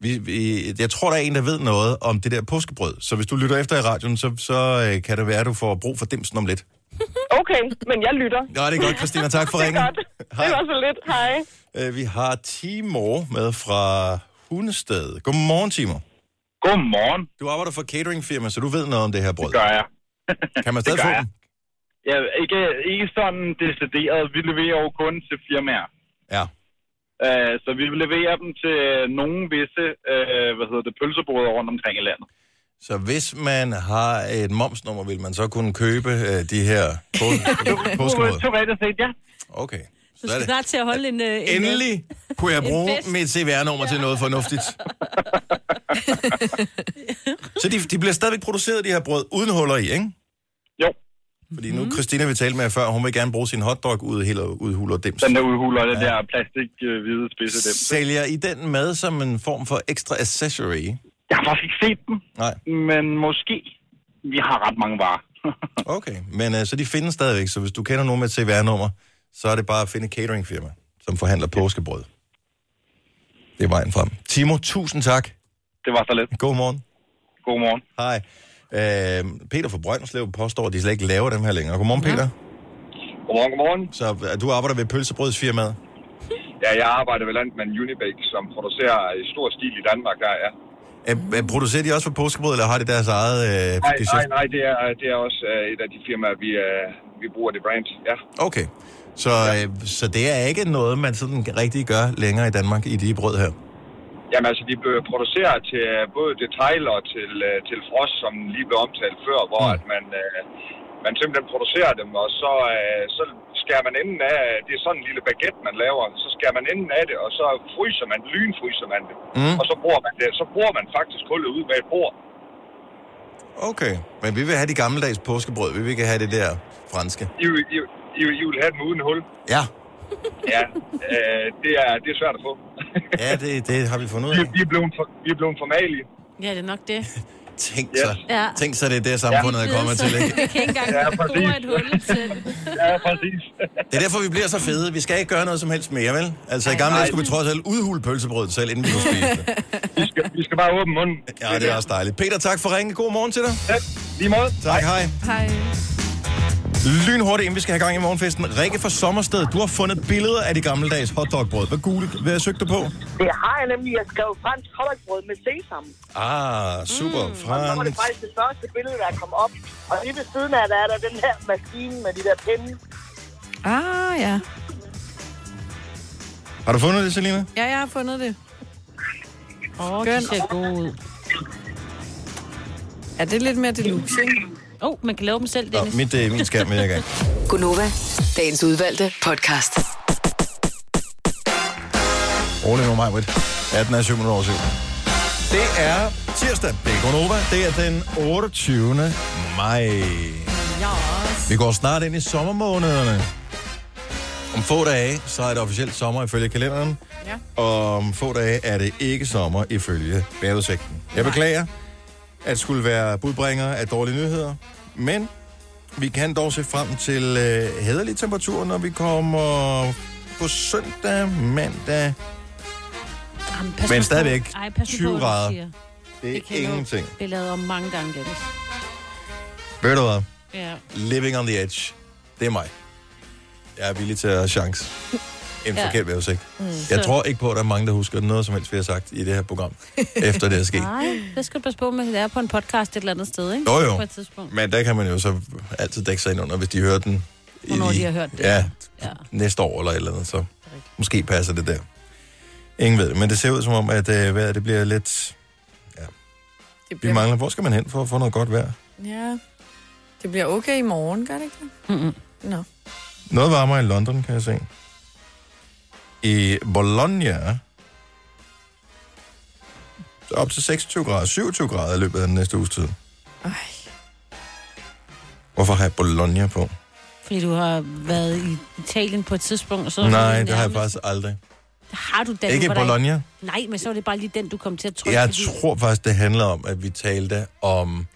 Vi, vi, jeg tror, der er en, der ved noget om det der påskebrød. Så hvis du lytter efter i radioen, så, så øh, kan det være, at du får brug for dimsen om lidt.
okay. Men jeg lytter.
Nå, det er godt, Christina. Tak for
Det er
ringen.
godt. Det var så lidt. Hej.
Hej. Øh, Vi har Timo med fra Hundested. Godmorgen, Timo.
Godmorgen,
Du arbejder for cateringfirma, så du ved noget om det her brød.
gør jeg.
Kan man stadig
det
få
gør
dem?
jeg. Ja, ikke, ikke sådan decideret. Vi leverer jo kun til firmaer.
Ja.
Uh, så vi leverer dem til nogle visse uh, hvad hedder det, pølseboder rundt omkring i landet.
Så hvis man har et momsnummer, vil man så kunne købe øh, de her pås- påskebrød?
Teoretisk set, ja.
Okay. Så
Du
er
skal
det.
snart til at holde en... øh, en
Endelig kunne jeg bruge
fest.
mit CVR-nummer til noget fornuftigt. Så de, de bliver stadigvæk produceret, de her brød, uden huller i, ikke?
Jo,
Fordi nu, Christina vi talte med før, hun vil gerne bruge sin hotdog ud, helt og- udhuler dims.
den der udhuler, den der plastik øh, hvide spidse dem.
Sælger I den med som en form for ekstra accessory?
Jeg har faktisk ikke set dem,
Nej,
men måske. Vi har ret mange varer.
okay. Men uh, så de findes stadigvæk, så hvis du kender nogen med et CVR-nummer, så er det bare at finde et cateringfirma, som forhandler påskebrød. Det er vejen frem. Timo, tusind tak.
det var så lidt.
God morgen.
Godmorgen.
Hej. Øh, Peter fra Brønderslev påstår, at de slet ikke laver dem her længere. Godmorgen, Peter.
Godmorgen, godmorgen.
Så øh, du arbejder ved pølsebrødsfirmaet.
Ja, jeg arbejder ved landmanden Unibake, som producerer i stor stil i Danmark, der
Er,
er.
er Øh, producerer de også for påskebrød, eller har de deres eget øh,
Nej,
geschæft?
nej, nej, det er, det er også øh, et af de firmaer, vi, øh, vi bruger det brand. Ja.
Okay. Så, ja. øh, så det er ikke noget, man sådan rigtig gør længere i Danmark i de brød her.
Jamen altså, de blev produceret til øh, både detail og til, øh, til frost, som lige blev omtalt før, hvor
Mm.
mm. at man, øh, man simpelthen producerer dem, og så, øh, så skærer man enden af, det er sådan en lille baguette, man laver, så skærer man enden af det, og så fryser man, lynfryser man det,
Mm.
mm. og så bruger man det, så bruger man faktisk kullet ud med et bord.
Okay. Men vi vil have de gammeldags påskebrød. Vi vil ikke have det der franske.
I, vil- I, vil- I, vil- I vil have dem uden hul.
Ja.
Ja, øh, det, er, det er svært at få.
Ja, det, det har vi fundet ud
Vi,
af.
vi, er, blevet for, vi er blevet formalige.
Ja, det er nok det.
Tænk så,
Ja.
tænk så det er det, samfundet er kommet til. Ikke?
Vi kan ikke engang
Ja,
bruge et
præcis.
hul til.
Ja, præcis.
Det er derfor, vi bliver så fede. Vi skal ikke gøre noget som helst mere, vel? Altså, i gamle dage skulle vi trods alt udhule pølsebrødet selv, inden vi kunne spise det.
Vi skal, vi skal bare åbne munden.
Ja, det er også dejligt. Peter, tak for ringen. God morgen til dig.
Ja, lige måde.
Tak, hej.
Hej.
Lynhurtigt, inden vi skal have gang i morgenfesten. Rikke fra Sommersted, du har fundet billeder af de gammeldags hotdogbrød. Hvad, Google, hvad søgte du på?
Det har jeg nemlig. Jeg skrev fransk hotdogbrød med sesam.
Ah, super. Mm,
Og så var det faktisk det første billede, der kom op. Og lige ved siden af, der er der den her maskine med de der pinde.
Ah, ja.
Har du fundet det, Selina?
Ja, jeg har fundet det.
Åh, oh, de
Skøn.
ser gode ud.
Ja, det er lidt mere deluxe, ikke?
Åh, oh, man kan lave dem selv,
Nå,
Dennis.
mit, øh, min skærm er jeg i gang.
Gunova, dagens udvalgte podcast.
Rolig nu, Majbrit. 18 er 7 minutter over 7. Det er tirsdag. Det er Gonova. Det er den 28. maj. Vi går snart ind i sommermånederne. Om få dage, så er det officielt sommer ifølge kalenderen. Ja. Og om få dage er det ikke sommer ifølge vejrudsigten. Jeg beklager, at skulle være budbringer af dårlige nyheder. Men vi kan dog se frem til øh, hederlige temperaturer, når vi kommer på søndag, mandag,
Jamen, pas
Men
nu
stadigvæk,
på. Ej, pas nu
20
på, hvad du
grader.
siger.
Det er
kan jeg love.
ingenting.
Det er lavet om mange gange, Dennis.
Ved du hvad?
Ja.
Living on the edge. Det er mig. Jeg er villig til at have chance. En
Ja.
ja. forkert vævesigt. Mm, jeg tror ikke på, at der er mange, der husker noget som helst, vi har sagt i det her program, efter det er sket.
Nej, det skal du passe på med, at det er på en podcast et eller andet sted, ikke?
Jo, jo.
På et tidspunkt.
Men der kan man jo så altid dække sig ind under, hvis de hører den. i-
Hvornår de har hørt det.
Ja,
Ja.
næste år eller et eller andet, så måske passer det der. Ingen ved det, men det ser ud som om, at øh, vejret det bliver lidt...
Det
Vi
bliver,
mangler, hvor skal man hen for at få noget godt vejr?
ja. det bliver okay i morgen, gør det ikke det?
Mm-mm.
Nå.
Noget varmere i London, kan jeg se. I Bologna, så op til 26 grader, 27 grader i løbet af den næste uges tid.
Ej.
Hvorfor har jeg Bologna på?
Fordi du har været i Italien på et tidspunkt, og
Nej,
så...
det har jeg
nærmest-
faktisk aldrig.
Har du den,
Ikke
hvor der
Bologna.
Nej, men så var det bare lige den, du kom til at trykke.
Jeg
fordi-
tror faktisk, det handler om, at vi talte om...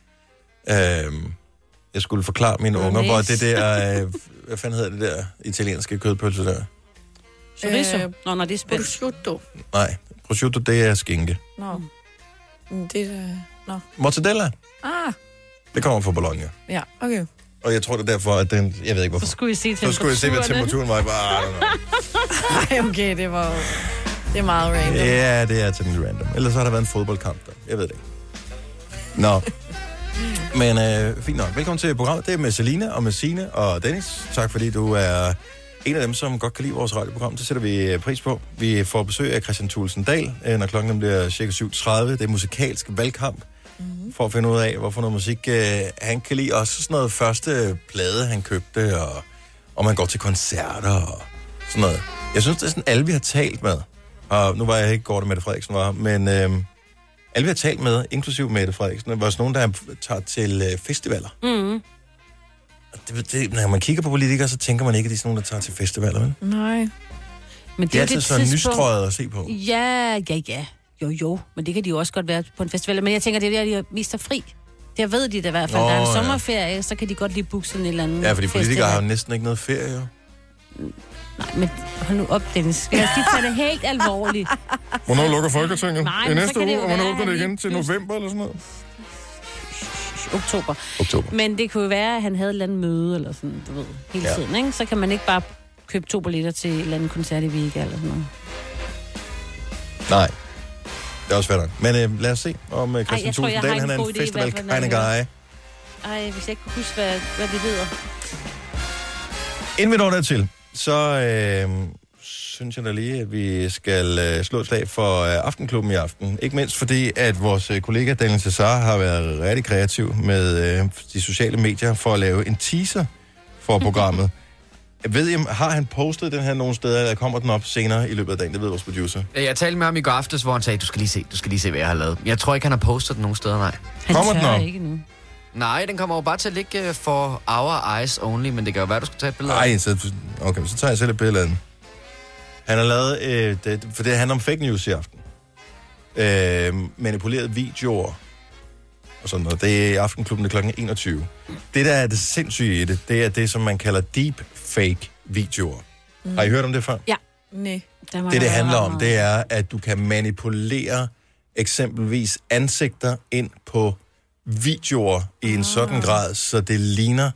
Øhm, jeg skulle forklare mine unger, hvor det der... Øh, hvad fanden hedder det der italienske kødpølse der?
Chorizo?
Øh,
Nå, når det er spændt.
Prosciutto.
Nej, prosciutto, det er skinke.
Nå.
Mm.
Men Det er... øh, da- Nå.
Mortadella,
Ah,
det kommer fra Bologna.
ja, okay.
Og jeg tror det er derfor, at den... Jeg ved ikke, hvorfor.
Så skulle I se temperaturen.
Så skulle jeg se, hvad temperaturen var. Jeg Bare, I don't know.
Ej, okay, det var jo... Det er meget random. Yeah.
ja, det er temmelig random. Ellers har der været en fodboldkamp der. Jeg ved det ikke. Nå. Men øh, fint nok. Velkommen til programmet. Det er med Selina og med Signe og Dennis. Tak fordi du er en af dem, som godt kan lide vores radioprogram. Det sætter vi øh, pris på. Vi får besøg af Christian Thulsen Dahl, øh, når klokken bliver cirka 7.30. Det er musikalsk valgkamp. For at finde ud af, hvorfor noget musik øh, han kan lide. Også sådan noget første plade, han købte. Og om han går til koncerter og sådan noget. Jeg synes, det er sådan alle, vi har talt med. Og nu var jeg ikke Gorte Mette Frederiksen var her, men øh, alle, vi har talt med, inklusive Mette Frederiksen, var sådan nogen, der tager til øh, festivaler.
Mm.
Og Det, det, når man kigger på politikere, så tænker man ikke, at de er sådan nogen, der tager til festivaler. Vel?
Nej.
Men
De er
jo
altid
det
så
tidspunkt-
nystrøget at se på.
Ja, ja, ja. Jo, jo. Men det kan de jo også godt være på en festival. Men jeg tænker, det er der, de mest er fri. Der ved de da i hvert fald.
Nå,
Oh, der er en
ja.
sommerferie, så kan de godt lige booke sådan en eller anden
Ja, fordi politikere har jo
festival.
næsten ikke noget ferie. Jo.
Nej, men hold nu op, Dennis. Lad os lige tage det helt alvorligt.
Hvornår lukker Folketinget?
Ah, Nej, I men så næste kan det uge, jo og hvornår være, åbner det at igen? lige Til pludselig-
november eller sådan noget?
Oktober.
Oktober.
Men det kunne jo være, at han havde et eller andet møde, eller sådan, du ved, hele
Ja.
ja. tiden, ikke? Så kan man ikke bare købe to billetter til et eller andet koncert i Vega, eller sådan noget.
Nej. Det er også fair nok. Men øh, lad os se, om øh, Christian
jeg tror,
Thulsen
jeg
Dahl
har en
han er
god
en
idé, hvad
festival
for noget
kind of
han
guy.
Ej, hvis jeg ikke kunne huske, hvad, hvad det hedder.
Inden vi når dertil, så øh, synes jeg da lige, at vi skal øh, slå et slag for øh, Aftenklubben i aften. Ikke mindst fordi, at vores øh, kollega Daniel Cesar har været rigtig kreativ med øh, de sociale medier for at lave en teaser for programmet. Jeg ved, ikke, om- har han postet den her nogle steder, eller kommer den op senere i løbet af dagen? Det ved vores producer.
Øh, Jeg talte med ham i går aftes, hvor han sagde, du skal lige se, du skal lige se, hvad jeg har lavet. Jeg tror ikke, han har postet den nogen steder, nej.
Han
Kommer den
tør
op?
ikke nu.
Nej, den kommer jo bare til at ligge øh, for our eyes only, men det kan jo være, du skal tage et billede. af
Nej, så, okay, så tager jeg selv et billede af den. Han har lavet, øh, det, for det handler om fake news i aften. Øh, manipulerede videoer og sådan noget. Det er i Aftenklubben det er kl. 21. Det, der er det sindssyge i det, det er det, som man kalder deep fake videoer. Mm. Har I hørt om det før?
Ja.
Nej.
Det, det handler om, det er, at du kan manipulere eksempelvis ansigter ind på videoer i en sådan grad, så det ligner,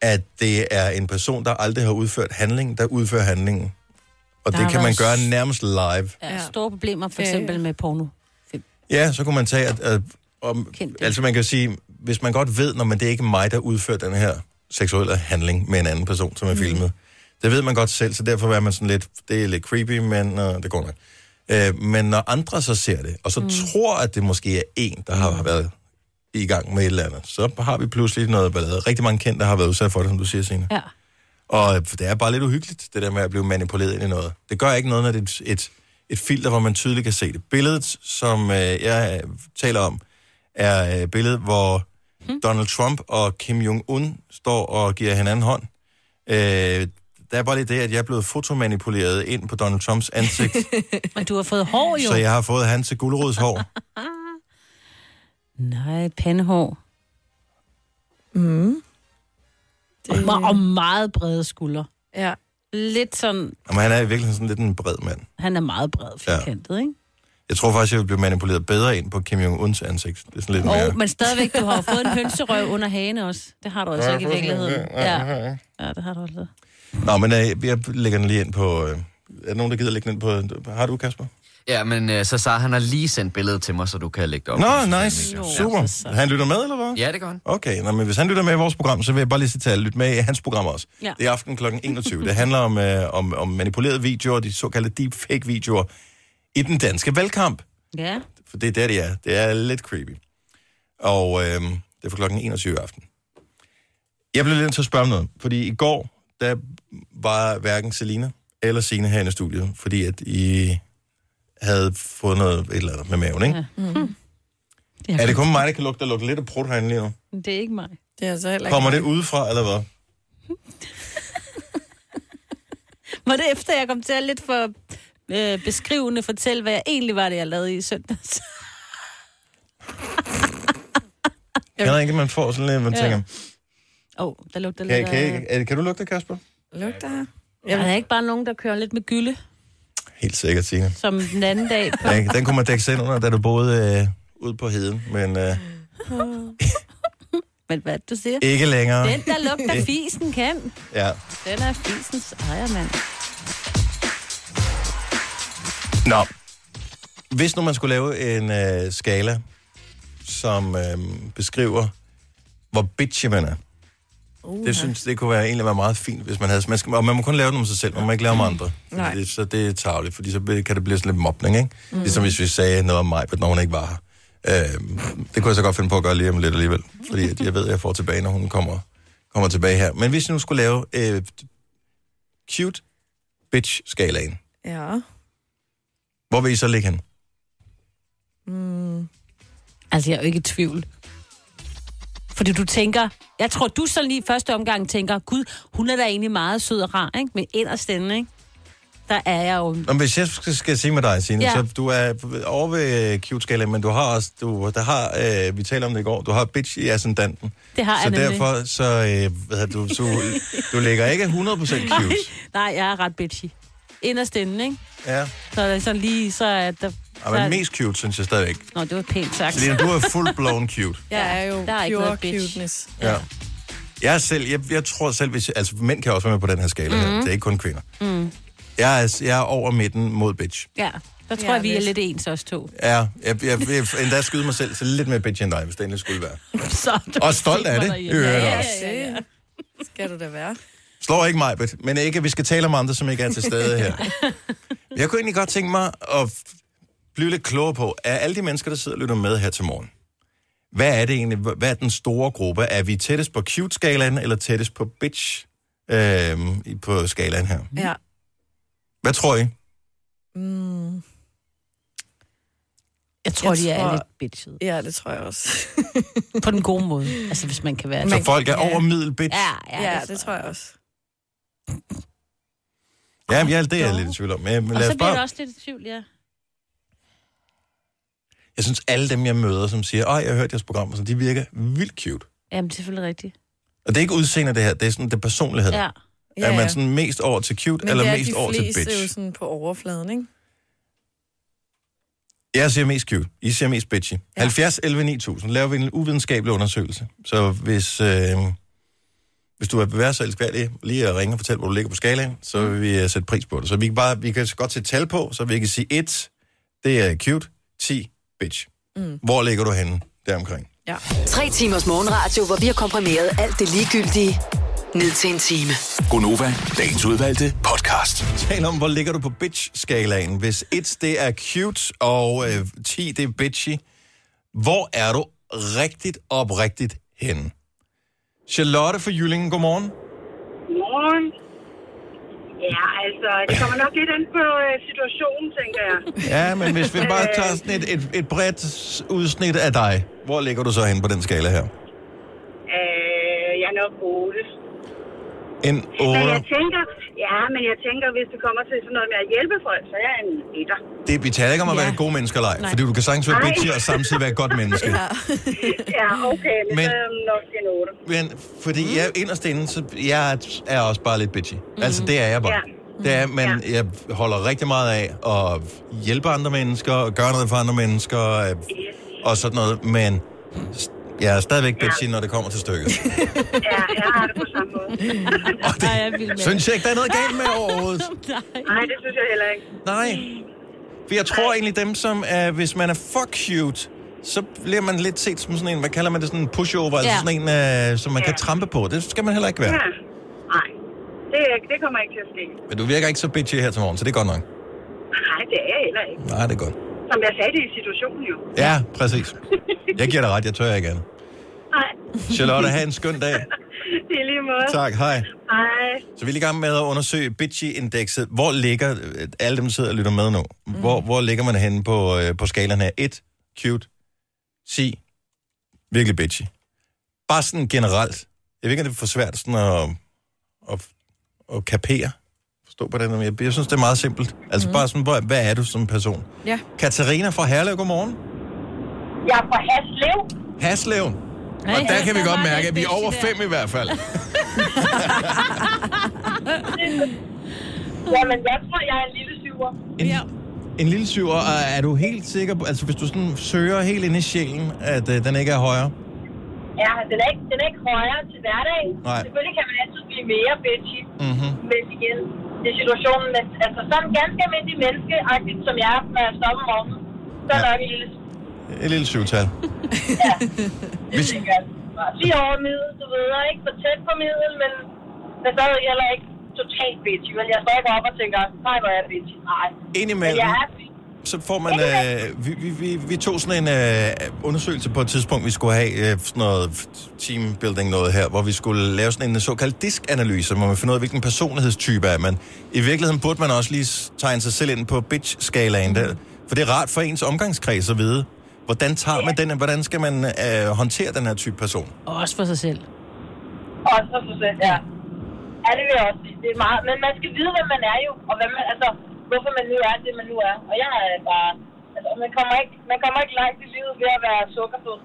at det er en person, der aldrig har udført handlingen, der udfører handlingen. Og
Der
det
har
kan man
været
gøre
s-
nærmest live.
Ja. Øh. Store problemer for eksempel med porno.
Ja, så kunne man tage, at, at om, altså man kan sige, hvis man godt ved, når man det er ikke mig, der udfører den her seksuelle handling med en anden person, som er filmet. Det ved man godt selv, så derfor er man sådan lidt, det er lidt creepy, men øh, det går nok. Øh, men når andre så ser det, og så mm. tror, at det måske er en, der har været i gang med et eller andet, så har vi pludselig noget ballade. Rigtig mange kendte har været udsat for det, som du siger, Signe.
Ja.
Og øh, det er bare lidt uhyggeligt, det der med at blive manipuleret ind i noget. Det gør ikke noget, når det er et, et, et filter, hvor man tydeligt kan se det. Billedet, som øh, jeg øh, taler om, er øh, billedet, hvor hmm. Donald Trump og Kim Jong-un står og giver hinanden hånd. Øh, der er bare lige det, at jeg er blevet fotomanipuleret ind på Donald Trumps ansigt,
Men du har fået hår jo.
så jeg har fået hans til guldrodshår.
Nej, pandehår. Mm. Det... Og, og meget brede skuldre.
Ja.
Lidt sådan,
Jamen, han er i virkeligheden sådan lidt en bred mand.
han er meget bred firkantet, ja. ikke?
Jeg tror faktisk, jeg vil blive manipuleret bedre ind på Kim Jong-uns ansigt. Det er sådan lidt
Og,
mere...
men stadigvæk, du har jo fået en hønserøv under hagen også. Det har du altså
Ja,
ikke i
jeg har fået sådan en
virkeligheden.
der. Ja,
Ja, ja det har du altså.
Nå, men øh, jeg lægger den lige ind på... Øh, er der nogen, der gider lægge den ind på... Har du, Kasper?
Ja, men øh, så Sara, han har lige sendt billedet til mig, så du kan lægge det op. på
Nå,
sociale
nice.
medier.
Super. Han lytter med, eller hvad?
Ja, det gør han.
Okay, nå, men hvis han lytter med i vores program, så vil jeg bare lige sige til alle, lyt med i hans program også.
Ja.
Det er aften kl. 21. det handler om, øh, om, om manipulerede videoer, de såkaldte deepfake-videoer, i den danske valgkamp.
Ja.
For det er der, det er. Det er lidt creepy. Og øh, det er for klokken 21 i aften. Jeg blev lidt nødt til at spørge om noget, fordi i går, der var hverken Selina eller Sine herinde i studiet, fordi at I havde fået noget et eller andet med maven, ikke?
Mm.
Ja. Er det kun mig, der kan lugte, der lugter lidt af prut herinde lige nu?
Det er ikke mig.
Det er altså heller ikke
Kommer
mig.
det udefra, eller hvad?
Var det efter, jeg kom til at lidt for øh, beskrivende fortælle, hvad jeg egentlig var, det jeg lavede i søndags?
Jeg ved ikke, man får sådan lidt, man
Ja.
tænker,
Åh, oh, der lugter
kan,
lidt
kan,
af...
kan, kan, kan du lugte, det, Kasper?
Lugter her.
Jamen. Der er ikke bare nogen, der kører lidt med gylde,
Helt sikkert, Signe.
som den anden dag. På...
Den, den kunne man dække sig ind under, da du boede øh, ude på heden, men øh,
Men hvad er det, du siger?
Ikke længere.
Den, der lugter fisen, kan.
ja.
Den er fisens ejermand.
Nå. Hvis nu man skulle lave en øh, skala, som øh, beskriver, hvor bitchy man er. Uh-huh. Det synes det kunne være, egentlig være meget fint, hvis man havde... Man skal, og man må kun lave den om sig selv, man må ikke lave om andre.
Nej.
Det, så det er tageligt, fordi så be- kan det blive sådan lidt mobning, ikke? Mm. Ligesom hvis vi sagde noget om mig, men når hun ikke var her. Øh, det kunne jeg så godt finde på at gøre lige om lidt alligevel. Fordi at jeg ved, at jeg får tilbage, når hun kommer, kommer tilbage her. Men hvis jeg nu skulle lave øh, cute bitch-skalaen,
Ja.
hvor vil I så ligge hen?
Mm. Altså, jeg er jo ikke i tvivl. Fordi du tænker, jeg tror, du så lige i første omgang tænker, gud, hun er da egentlig meget sød og rar, ikke? Men inderst inde, ikke? Der er jeg jo...
Nå, men hvis jeg skal, skal sige med dig, Signe, ja.
Ja.
så du er over ved øh, cute-skalaen, men du har også, du, der har, øh, vi taler om det i går, du har bitch i ascendanten.
Det har
så
jeg nemlig.
derfor, så, øh, hvad hedder du, du, du ligger ikke 100%
Nej,
cute.
nej, jeg er ret bitchy. Inderst inde, ikke?
Ja.
Så er der sådan lige, så er der...
Ej,
så er-
men mest cute, synes jeg stadigvæk.
Nå, det var pænt sagt.
Selina, du er full-blown cute.
Jeg er jo
Der er ikke
pure
noget bitch.
cuteness.
Ja. Jeg, er selv, jeg, jeg tror selv, hvis, altså mænd kan også være med på den her skala mm. her.
Mhm.
Det er ikke kun kvinder.
Mm.
Jeg er, jeg er over midten mod bitch.
Ja, der tror
Ja,
jeg, vi er
lidt.
lidt ens os to.
Ja, jeg, jeg, jeg, jeg endda skyde mig selv til lidt mere bitch end dig, hvis det endelig skulle være.
Så er du
Og stolt af det, i
Ja,
øvrigt
ja,
også.
ja, ja. Skal du da være.
Slår ikke mig, men ikke, at vi skal tale om andre, som ikke er til stede her. Jeg kunne egentlig godt tænke mig at f- blive lidt klogere på, er alle de mennesker, der sidder og lytter med her til morgen, hvad er det egentlig, hva- hvad er den store gruppe? Er vi tættest på cute-skalaen, eller tættest på bitch øhm, i- på skalaen her?
Ja.
Hvad tror I?
Mm.
Jeg tror, de er lidt bitchede.
Ja, det tror jeg også.
På den gode måde. Altså, hvis man kan være
Så folk er over middel bitch?
Ja, ja,
ja
det
det tror jeg også.
Ja, men ja, det er jeg lidt i tvivl om. Men, men
Og
lad
så
os
bliver
bare...
det også lidt i tvivl, ja.
Jeg synes, alle dem, jeg møder, som siger, ej, jeg har hørt jeres program, og sådan, de virker vildt cute.
Jamen, det er selvfølgelig rigtigt.
Og det er ikke udseende det her, det er sådan det er personlighed.
Ja.
Er man sådan mest over til cute,
Men
eller
det er,
mest
de
over til
fleste er jo
bitch?
sådan på overfladen, ikke?
Jeg siger mest cute. I siger mest bitchy. Ja. 70 11 9000. Laver vi en uvidenskabelig undersøgelse. Så hvis, øh, hvis du er værd så elskværdig, lige at ringe og fortælle, hvor du ligger på skalaen, så vil vi øh, sætte pris på det. Så vi kan, bare, vi kan godt sætte tal på, så vi kan sige 1, det er cute, 10, bitch. Mm. Hvor ligger du henne deromkring?
Ja.
Tre timers morgenradio, hvor vi har komprimeret alt det ligegyldige ned til en time.
Gonova, dagens udvalgte podcast. Tal om, hvor ligger du på bitch-skalaen. Hvis 1, det er cute, og øh, 10, det er bitchy. Hvor er du rigtigt oprigtigt henne? Charlotte fra Jyllingen, godmorgen.
Godmorgen. Ja, altså, det kommer nok lidt an på øh, situationen, tænker jeg. Øh.
Ja, men hvis vi bare tager sådan et, et, et bredt udsnit af dig, hvor ligger du så henne på den skala her?
Øh, jeg er nok 8.
En
Men jeg
8.
tænker, ja, men jeg tænker, hvis det kommer til sådan noget med at hjælpe folk, så er jeg en etter.
Det, vi taler ikke om at være ja. gode mennesker, nej,
Nej.
fordi du kan sagtens være
Nej.
bitchy og samtidig være et godt menneske.
Ja, ja okay, men, men
Men-
så er jeg nok en 8.
Men fordi mm. jeg inderst inde, så jeg er også bare lidt bitchy. Mm. Altså, det er jeg bare.
Ja.
Ja. Det er, men ja. jeg holder rigtig meget af at hjælpe andre mennesker, og gøre noget for andre mennesker, øh, og sådan noget. Men s- jeg er stadigvæk bitchy, når det kommer til stykket.
Ja, jeg har det på samme måde.
det Nej, jeg er vild med synes det. jeg ikke, der er noget galt med overhovedet.
Nej. Nej, det synes jeg heller ikke.
Nej. For jeg tror egentlig, dem som er, hvis man er for cute, så bliver man lidt set som sådan en, hvad kalder man det, sådan en pushover, ja. altså
Ja.
sådan en, øh, som man ja. kan trampe på. Det skal man heller ikke være.
Ja. Nej, det, er- det kommer ikke til at ske.
Men du virker ikke så bitchy her til morgen, så det er godt nok.
Nej, det er jeg heller ikke.
Nej, det er godt.
Som jeg sagde, det er situationen jo.
Ja, præcis. Jeg giver dig ret, jeg tør ikke andet.
Nej.
Charlotte, have en skøn dag.
Det er lige måde.
Tak, hej.
Hej.
Så vi er i gang med at undersøge bitchy-indekset. Hvor ligger, øh, alle dem der sidder og lytter med nu, hvor, hvor ligger man henne på, øh, på skalaen her? 1, cute, 10, virkelig bitchy. Bare sådan generelt. Jeg ved ikke, om det er for svært sådan at, at, at kapere. Forstå på den, men jeg, jeg synes, det er meget simpelt. Altså mm. bare sådan, hvor, hvad er du som person?
Ja.
Katarina fra Herlev, godmorgen.
Jeg er fra Haslev.
Haslev.
Hey,
Og der kan vi
der
godt
var
mærke,
lidt
at vi er
bitchy
over
der.
fem i hvert fald.
Jamen, jeg tror, jeg er en lille syver. Ja.
En lille syver, og er du helt sikker på, altså hvis du sådan søger helt ind i sjælen, at øh, den ikke er højere?
Ja, den er, ikke, den er ikke højere til hverdag.
Nej.
Selvfølgelig kan man altid blive mere bitchy.
Mm-hmm.
Men igen, det er situationen. Men, altså, sådan en ganske almindelig menneske, som jeg er, når jeg stopper om morgenen, så er
Ja.
ja. nok en lille
Et lille syvtal.
Ja.
Hvis-
Lige over middel, du ved, og ikke for tæt på middel, men, men så er jeg heller ikke totalt bitchy. Men jeg står ikke op og tænker, nej, hvor er jeg bitchy. Nej.
Indimellem.
Men jeg er
Så får man, øh, vi, vi, vi, vi tog sådan en øh, undersøgelse på et tidspunkt, vi skulle have øh, sådan noget teambuilding noget her, hvor vi skulle lave sådan en øh, såkaldt diskanalyse, hvor man finder ud af, hvilken personlighedstype er man. I virkeligheden burde man også lige s- tegne sig selv ind på bitch-skalaen der, for det er rart for ens omgangskreds at vide, hvordan tager man den, og hvordan skal man øh, håndtere den her type person.
Og også for sig selv.
Også for sig selv, ja. Ja, det vil jeg også sige. Det er meget, men man skal vide, hvem man er jo, og hvem man, altså, hvorfor man nu er det, man nu er. Og jeg er bare... Altså, man kommer ikke, man kommer ikke langt i livet ved at være sukkerfød.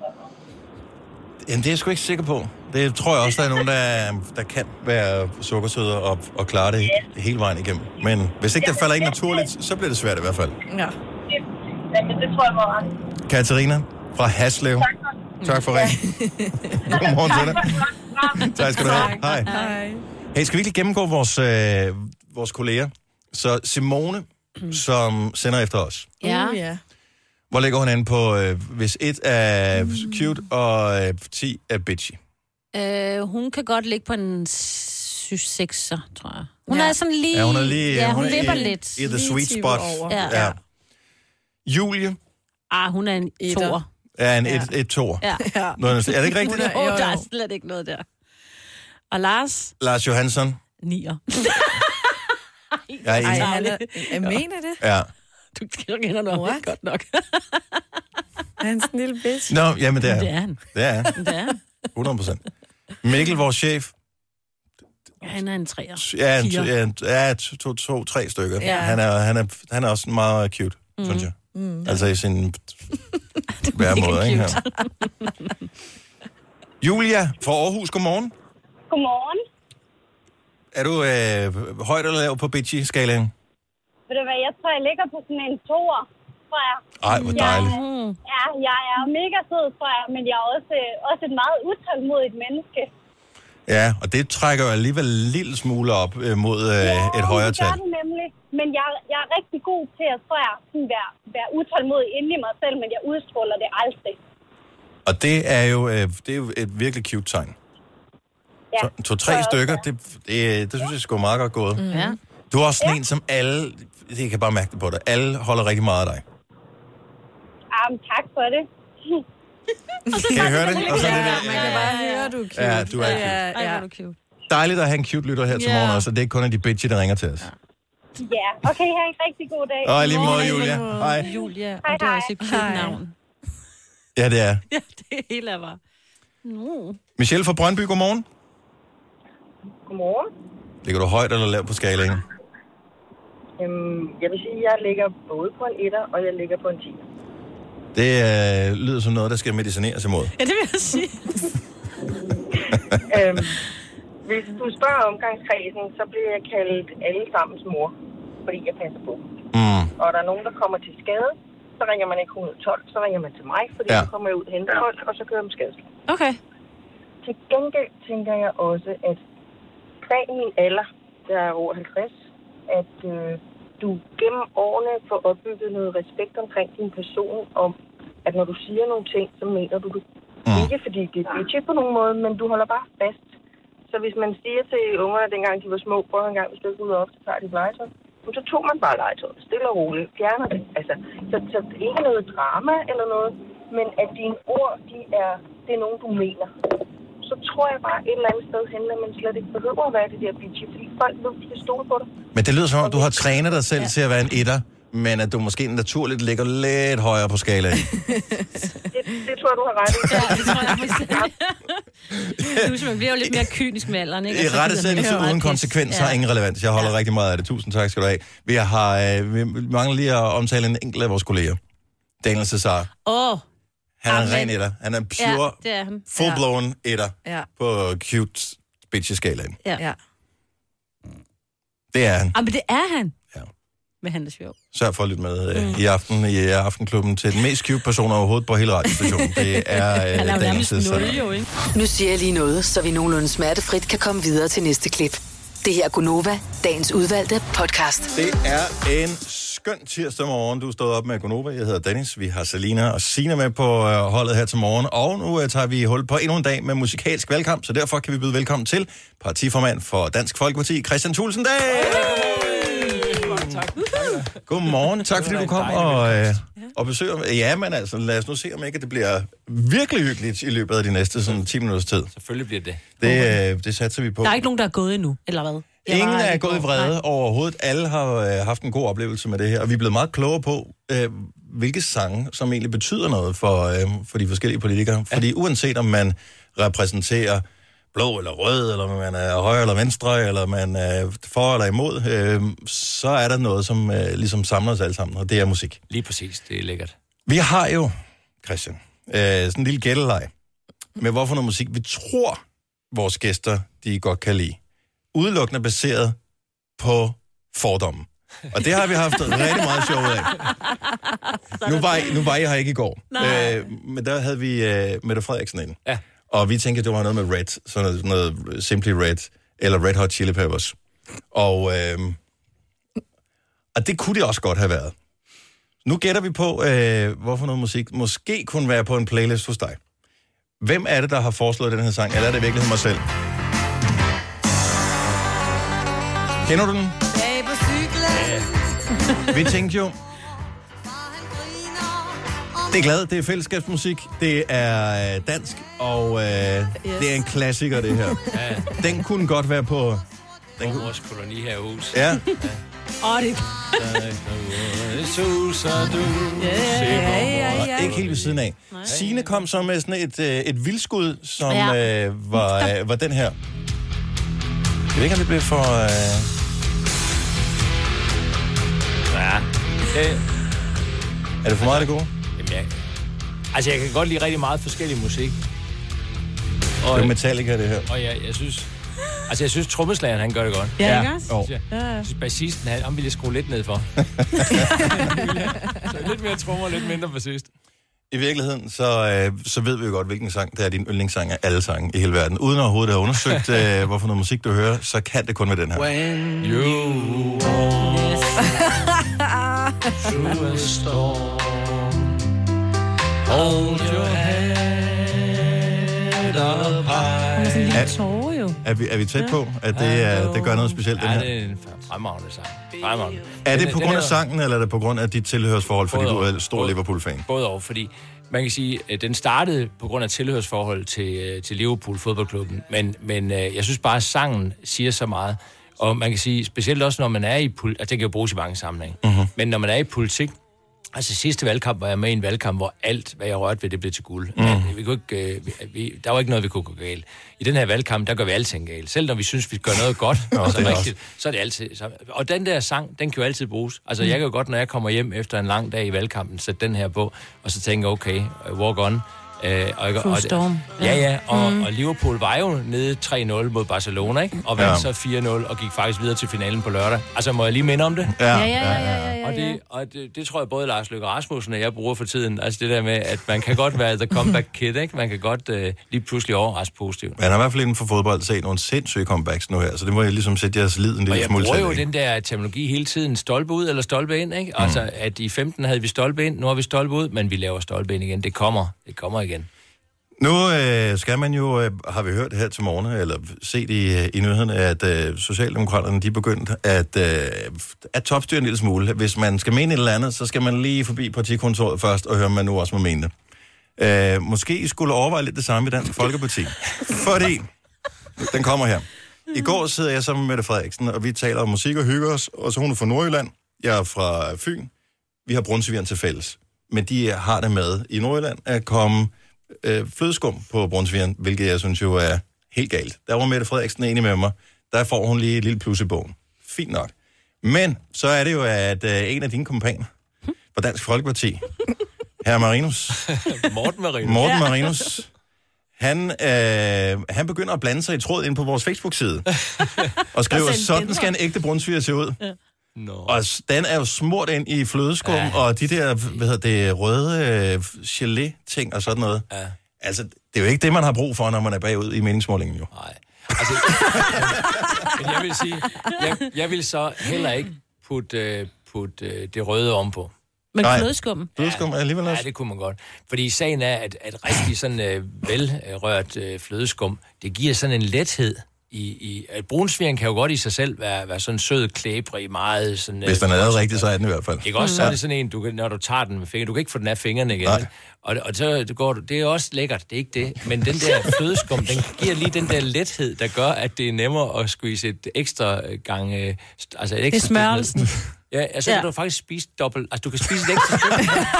Jamen, det er jeg sgu ikke sikker på. Det tror jeg også, der er nogen, der, der kan være sukkersøde og, og klare det hele vejen igennem. Men hvis ikke det falder ind naturligt, så bliver det svært i hvert fald.
Ja. Ja, men det tror jeg var ret.
Katarina fra Haslev.
Tak for
Tak for ringen. Godmorgen til dig. Tak skal du have. Hej.
Hej.
Hey, skal vi ikke lige gennemgå vores, øh, vores kolleger? Så Simone, som sender efter os.
Ja. Uh, ja.
Hvor ligger hun inde på, øh, hvis et er cute og øh, 10 er bitchy?
Øh, hun kan godt ligge på en 6 tror jeg. Hun ja. er sådan lige...
Ja, hun er lige...
Ja, hun,
er
vipper
i,
lidt.
I the sweet spot.
Ja. ja.
Julie
Ah, hun er en toer.
er en et, et toer.
Ja. ja.
Nå, er det ikke rigtigt?
Jo, der er slet ikke noget der. Og Lars,
Lars Johansson.
nier.
Jeg er
Ej,
enig.
han er-
Jeg mener det.
Ja.
Du kender nok ikke godt nok.
Er han sådan en lille bitch?
Nå, jamen det er
Det er han.
Det er han.
Det er han.
100 procent. Mikkel, vores chef.
Han er en træer.
Ja, en,
Fire.
ja, en, ja to, to, to, tre stykker.
Ja.
Ja. Han, er, han, er, han er også meget cute, mm. synes jeg. Mm. Altså i sin hver måde, ikke? Her. Julia fra Aarhus, godmorgen.
Godmorgen.
Er du øh, højt eller lav på bitchy-skalaen?
Ved du hvad, jeg tror, jeg ligger på sådan en toer, tror jeg.
Ej, hvor dejligt.
Jeg, ja, jeg er mega sød, tror jeg, men jeg er også, også et meget utålmodigt menneske.
Ja, og det trækker jo alligevel en lille smule op øh, mod øh, et højere
det gør
tal.
det nemlig, men jeg, jeg er rigtig god til at, tror jeg, sådan være, være utålmodig inde i mig selv, men jeg udstråler det aldrig.
Og det er jo, øh, det er jo et virkelig cute tegn.
Ja.
To- To-tre to, stykker, det, det, det synes jeg sgu er meget godt gået.
Mhm. Ja.
Du er også sådan en, som alle, jeg kan bare mærke det på dig, alle holder rigtig meget af dig.
Ah, men tak for det.
Kan I høre det? Og så det der.
Man kan bare høre, du er cute.
Ja, du er cute.
Ja,
Ej,
ja.
hvor er du cute.
Dejligt at have en cute lytter her til
Ja.
morgen også, og det er ikke kun de bitchy, der ringer til os.
Ja, okay, have en rigtig god dag.
Og i lige måde, Julia. Hej.
Julia, og det er også et cute navn.
Ja, det er.
Ja, det hele er bare... No.
Michelle fra Brøndby, godmorgen.
Godmorgen.
Ligger du højt eller lavt på skalaen?
Øhm, jeg vil sige, at jeg ligger både på en etter, og jeg ligger på en 10.
Det øh, lyder som noget, der skal medicineres imod.
Ja, det vil jeg sige.
øhm, hvis du spørger omgangskredsen, så bliver jeg kaldt alle sammens mor, fordi jeg passer på.
Mm.
Og der er nogen, der kommer til skade, så ringer man ikke 112, så ringer man til mig, fordi
Ja.
ja. så kommer jeg ud og henter folk, og så kører jeg dem skadesligt.
Okay.
Til gengæld tænker jeg også, at bag min alder, der er over 50, at øh, du gennem årene får opbygget noget respekt omkring din person, om at når du siger nogle ting, så mener du det. Mm. Ikke fordi det er bitchy på nogen måde, men du holder bare fast. Så hvis man siger til ungerne, dengang de var små, prøv en gang, hvis du ikke ud op, så tager de et legetøj. Jamen, så tog man bare legetøjet, stille og roligt, fjerner det. Altså, så, så det er ikke noget drama eller noget, men at dine ord, de er, det er nogen, du mener så tror jeg bare et eller andet sted hen, at man slet ikke behøver at være det der bitchy, fordi folk ved, de kan stole på dig.
Men det lyder som om, du har trænet dig selv ja. til at være en etter, men at du måske naturligt ligger lidt højere på skalaen.
Det, det tror jeg, du har ret i.
Ja, det tror jeg bestemt. Du, man bliver jo lidt mere kynisk med alderen, ikke? Altså,
I
Og så
rette
gider man ikke
sættelse
så meget
uden
pis.
konsekvenser har
Ja.
ingen relevans. Jeg holder ja. rigtig meget af det. Tusind tak skal du have. Vi, har, øh, vi mangler lige at omtale en enkelt af vores kolleger. Daniel Cesar.
Åh, oh,
Han er en
Amen.
ren etter. Han er en pure,
ja, det er han.
full-blown etter
Ja.
på cute bitch-skalaen.
Ja. ja.
Det er han.
Ah, men det er han. Ja. Men han er sjov.
Sørg for at lytte med øh, i aften i øh, Aftenklubben til den mest cute person overhovedet på hele radiostationen. Det er øh, Daniel Cesar.
jo, ikke?
Nu siger jeg lige noget, så vi nogenlunde smertefrit kan komme videre til næste klip. Det her er Gunova, dagens udvalgte podcast.
Det er en skøn tirsdag morgen. Du er stået op med Gonova. Jeg hedder Dennis. Vi har Selina og Sina med på øh, holdet her til morgen. Og nu øh, tager vi hul på endnu en dag med musikalsk valgkamp, så derfor kan vi byde velkommen til partiformand for Dansk Folkeparti, Christian Thulsen Dahl.
Tak.
Godmorgen. Tak fordi du kom og, øh, og besøger. Ja, men altså, lad os nu se, om ikke det bliver virkelig hyggeligt i løbet af de næste sådan, 10 minutters tid.
Selvfølgelig bliver det.
Det, øh, det satser vi på.
Der er ikke nogen, der er gået endnu, eller hvad? Jeg
Ingen
var-
er gået i vrede
Nej.
overhovedet. Alle har øh, haft en god oplevelse med det her, og vi er blevet meget klogere på, øh, hvilke sange, som egentlig betyder noget for, øh, for de forskellige politikere. Fordi uanset om man repræsenterer blå eller rød, eller om man er højre eller venstre, eller man er for eller imod, øh, så er der noget, som øh, ligesom samler os alle sammen, og det er musik.
Lige præcis, det er lækkert.
Vi har jo, Christian, øh, sådan en lille gætteleg med, hvorfor noget musik vi tror, vores gæster de godt kan lide. Udelukkende baseret på fordomme. Og det har vi haft rigtig meget sjov ud af. Nu var, I, nu var I her ikke i går, øh, men der havde vi øh, Mette Frederiksen inde.
Ja.
Og vi tænkte, at det var noget med Red, sådan noget, sådan noget Simply Red, eller Red Hot Chili Peppers. Og, øh, og det kunne det også godt have været. Nu gætter vi på, øh, hvorfor noget musik måske kunne være på en playlist hos dig. Hvem er det, der har foreslået den her sang? Eller er det i virkeligheden mig selv? Kender du den?
Bag på cyklen.
Vi tænkte jo... Det er glad, det er fællesskabsmusik, det er øh, dansk, og øh, yes. det er en klassiker, det her.
Ja.
Den kunne godt være på...
Den kunne... Vores koloni her i hus.
Ja.
Åh, det
Suser du.
Og Ikke helt ved siden af. Sine kom så med sådan et, øh, et vildskud, som
Ja.
øh, var, øh, var den her. Jeg ved ikke, om det bliver for... Øh...
Ja. Øh,
Er det for meget, det gode?
jamen, jeg, altså, jeg kan godt lide rigtig meget forskellig musik.
Det er jo Metallica, det her.
Og jeg, jeg synes... Altså, jeg synes, trommeslageren, han gør det godt.
Ja, ikke også?
synes Jeg Jeg synes, bassisten, han, ham ville jeg skrue lidt ned for. så lidt mere trommer, lidt mindre bassist.
I virkeligheden, så, øh, så ved vi jo godt, hvilken sang det er din yndlingssang af alle sange i hele verden. Uden overhovedet at have undersøgt, øh, hvorfor noget musik du hører, så kan det kun være den her.
When you walk through a storm, hold your head up high.
Hun er sådan en
Ja.
lille tårer jo.
Er vi, er vi tæt på, at det, er, det gør noget specielt, den
Ja,
her?
det er en fremragende sang. Fremragende.
Er
Den-
det på
den
grund af
her-
sangen, eller er det på grund af dit tilhørsforhold, fordi du
Både
er
og.
stor
Både-
Liverpool-fan?
Både over, fordi man kan sige, at den startede på grund af tilhørsforhold til, øh, til Liverpool fodboldklubben, men, men øh, jeg synes bare, at sangen siger så meget. Og man kan sige, specielt også når man er i politik, altså det kan jo bruges i mange sammenhænge,
Mhm.
Mm-hmm.
men når man er i politik, altså sidste valgkamp var jeg med i en valgkamp, hvor alt, hvad jeg rørte ved, det blev til guld.
Mm-hmm.
Mhm.
Mm. Vi kunne ikke, øh, vi, vi, der var ikke noget, vi kunne gå galt. I den her valgkamp, der gør vi alting galt. Selv når vi synes, vi gør noget godt,
Nå,
altså
det er
rigtigt, så er det altid... Så, og den der sang, den kan jo altid bruges. Altså,
Mm.
jeg kan jo godt, når jeg kommer hjem efter en lang dag i valgkampen, sætte den her på, og så tænke, okay, uh, walk on. Øh, og, ikke-
Full
og,
storm.
Ja, ja, og,
Mm.
og Liverpool var jo nede 3-0 mod Barcelona, ikke? Og vandt så
Ja.
4-0 og gik faktisk videre til finalen på lørdag. Altså, må jeg lige minde om det?
Ja, ja, ja, ja,
Og, det, og det, det tror jeg både Lars Løkke Rasmussen og jeg bruger for tiden. Altså det der med, at man kan godt være the comeback kid, ikke? Man kan godt øh, lige pludselig overraske positivt.
Men han har i hvert fald inden for fodbold set nogle sindssyge comebacks nu her, så det må jeg ligesom sætte jeres lid en
Og
lille
jeg
smule
bruger
til.
jo
ikke?
den der terminologi hele tiden, stolpe ud eller stolpe ind, ikke? Altså,
Mm.
at i 15 havde vi stolpe ind, nu har vi stolpe ud, men vi laver stolpe ind igen. Det kommer, det kommer igen.
Nu øh, skal man jo, øh, har vi hørt her til morgen, eller set i, i nyhederne, at øh, Socialdemokraterne de er begyndt at, øh, at topstyre en lille smule. Hvis man skal mene et eller andet, så skal man lige forbi partikontoret først og høre, om man nu også må mene det. Øh, måske I skulle overveje lidt det samme i Dansk Folkeparti. Fordi, den kommer her. I går sidder jeg sammen med Mette Frederiksen, og vi taler om musik og hygger os. Og så hun er fra Nordjylland, jeg er fra Fyn. Vi har brunsvigeren til fælles. Men de har det med i Nordjylland at komme øh, flødeskum på brunsvigeren, hvilket jeg synes jo er helt galt. Der var Mette Frederiksen enig med mig. Der får hun lige et lille plus i bogen. Fint nok. Men så er det jo, at øh, en af dine kompaner fra Dansk Folkeparti, herr Marinus,
Morten Marinus.
Morten Marinus, han, øh, han begynder at blande sig i tråd ind på vores Facebook-side. og skriver,
Og sende
sådan
billeder."
skal en ægte brunsviger se ud. Ja.
Nå.
Og s- den er jo smurt ind i flødeskum, ja. og de der, hvad hedder det, røde øh, gelé-ting og sådan noget.
Ja.
Altså, det er jo ikke det, man har brug for, når man er bagud i meningsmålingen, jo.
Nej. Men jeg vil sige, jeg, jeg vil så heller ikke putte, øh, putte øh, det røde om på.
Men Nej. flødeskum?
Flødeskum er alligevel
også? Ja, det kunne man godt. Fordi sagen er, at, at rigtig sådan øh, velrørt øh, flødeskum, det giver sådan en lethed i... i at brunsviren kan jo godt i sig selv være, være sådan sød, klæbrig, meget sådan... øh,
Hvis den er lavet rigtigt, så er den i hvert fald.
Ikke også? Så
Ja.
er det sådan en, du kan, når du tager den med fingre, du kan ikke få den af fingrene igen.
Nej.
Og, og så går du, det er også lækkert, det er ikke det. Men den der flødeskum, den giver lige den der lethed, der gør, at det er nemmere at squeeze et ekstra gang... Øh, st- altså et
Det er
ekstra stykke ned.
smørelsen.
Ja, altså ja.
Ja.
kan du faktisk spise dobbelt. Altså du kan spise et ekstra stykke.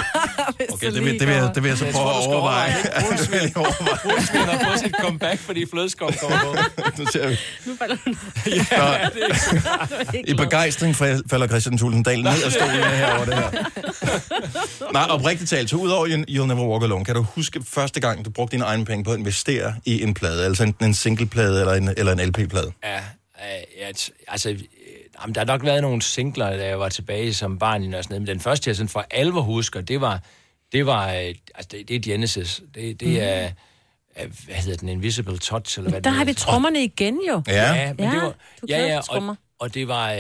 Okay, det vil, det, vil, jeg- det vil jeg så prøve at overveje.
Brunsvigen har fået sit comeback, fordi flødeskum kommer på.
nu ser vi.
Nu falder hun.
Ja,
det er ikke
I begejstring fa- falder Christian Tulsendal ned af stolen herovre, det her. Nej, oprigtigt talt, så udover You- You'll Never Walk Alone, kan du huske første gang, du brugte dine egne penge på at investere i en plade, altså enten en singleplade eller en, eller en LP-plade?
Ja, øh, jeg t- altså, øh, jamen, der har nok været nogle singler, da jeg var tilbage som barn i noget men den første, jeg sådan for alvor husker, det var, det var, øh, altså, det, det er Genesis. Det, det er, øh, hvad hedder den, Invisible Touch, eller hvad
Mhm. Der
den
har vi
hedder.
trommerne igen jo.
Ja, men det var,
du
ja,
kan
ja,
jo trommer.
og, og det var, øh,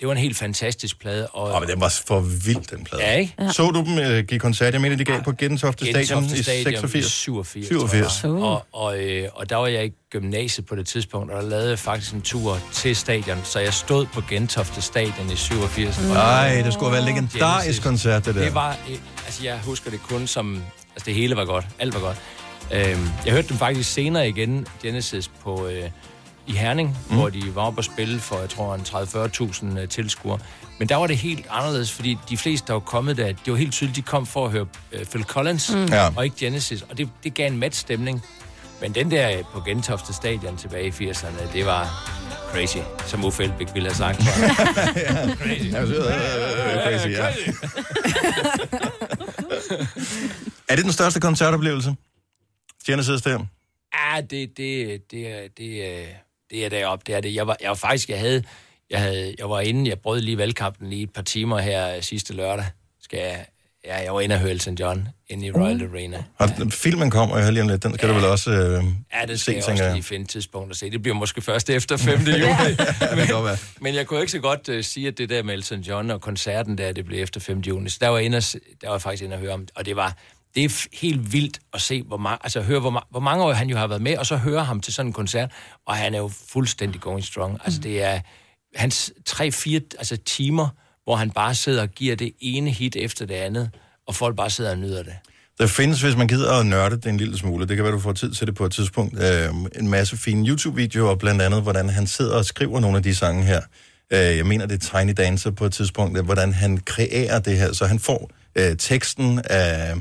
det var en helt fantastisk plade. Og,
Åh, men den var for vild, den plade.
Ja, ikke?
Så du dem øh, give koncert, jeg mener, de gav på Gentofte Stadion i 86?
87.
87.
87. Tror jeg. Og, og, øh, og der var jeg i gymnasiet på det tidspunkt, og der lavede jeg faktisk en tur til stadion, så jeg stod på Gentofte Stadion i 87.
Mm.
Og-
Ej, det skulle have været en legendarisk
Genesis.
koncert, det der.
Det var, øh, altså jeg husker det kun som, altså det hele var godt, alt var godt. Øhm, jeg hørte dem faktisk senere igen, Genesis, på, øh, i Herning, mm. hvor de var oppe og spille for, jeg tror, en 30-40.000 øh, tilskuere. Men der var det helt anderledes, fordi de fleste, der var kommet der, det var helt tydeligt, de kom for at høre øh, Phil Collins
Mm. Ja.
og ikke Genesis, og det, det gav en mat stemning. Men den der øh, på Gentofte Stadion tilbage i 80'erne, det var, crazy, som Uffe Elbæk ville have sagt.
crazy. Ja, så, øh, øh, crazy, ja. er det den største koncertoplevelse? Tjerno sidder der.
Ja, det, det, det, er- det, er- det er deroppe, det er det. Jeg var, jeg var faktisk, jeg havde, jeg havde, jeg var inde, jeg brød lige valgkampen lige et par timer her øh, sidste lørdag. Skal jeg, ja, jeg var inde og høre Elton John inde i Royal Arena.
Og den- filmen kommer jo her lige om lidt. Den skal ja. du vel også øh,
Ja, det
se,
skal jeg
tænker
også
jeg.
lige finde et tidspunkt at se. Det bliver måske først efter 5. juli. men, men jeg kunne ikke så godt uh, sige, at det der med Elton John og koncerten der, det blev efter 5. juni. Så der var, jeg inde og, se- der var jeg faktisk inde og høre om det. Og det var det er f- helt vildt at se, hvor, ma- altså, høre, hvor, ma- hvor mange år han jo har været med, og så høre ham til sådan en koncert. Og han er jo fuldstændig going
Mm.
strong. Altså det er hans 3-4 altså, timer, hvor han bare sidder og giver det ene hit efter det andet, og folk bare sidder og nyder det.
Der findes, hvis man gider at nørde det en lille smule, det kan være, du får tid til det på et tidspunkt, øh, en masse fine YouTube-videoer, blandt andet, hvordan han sidder og skriver nogle af de sange her. Øh, jeg mener, det er Tiny Dancer på et tidspunkt, øh, hvordan han kreerer det her, så han får øh, teksten af,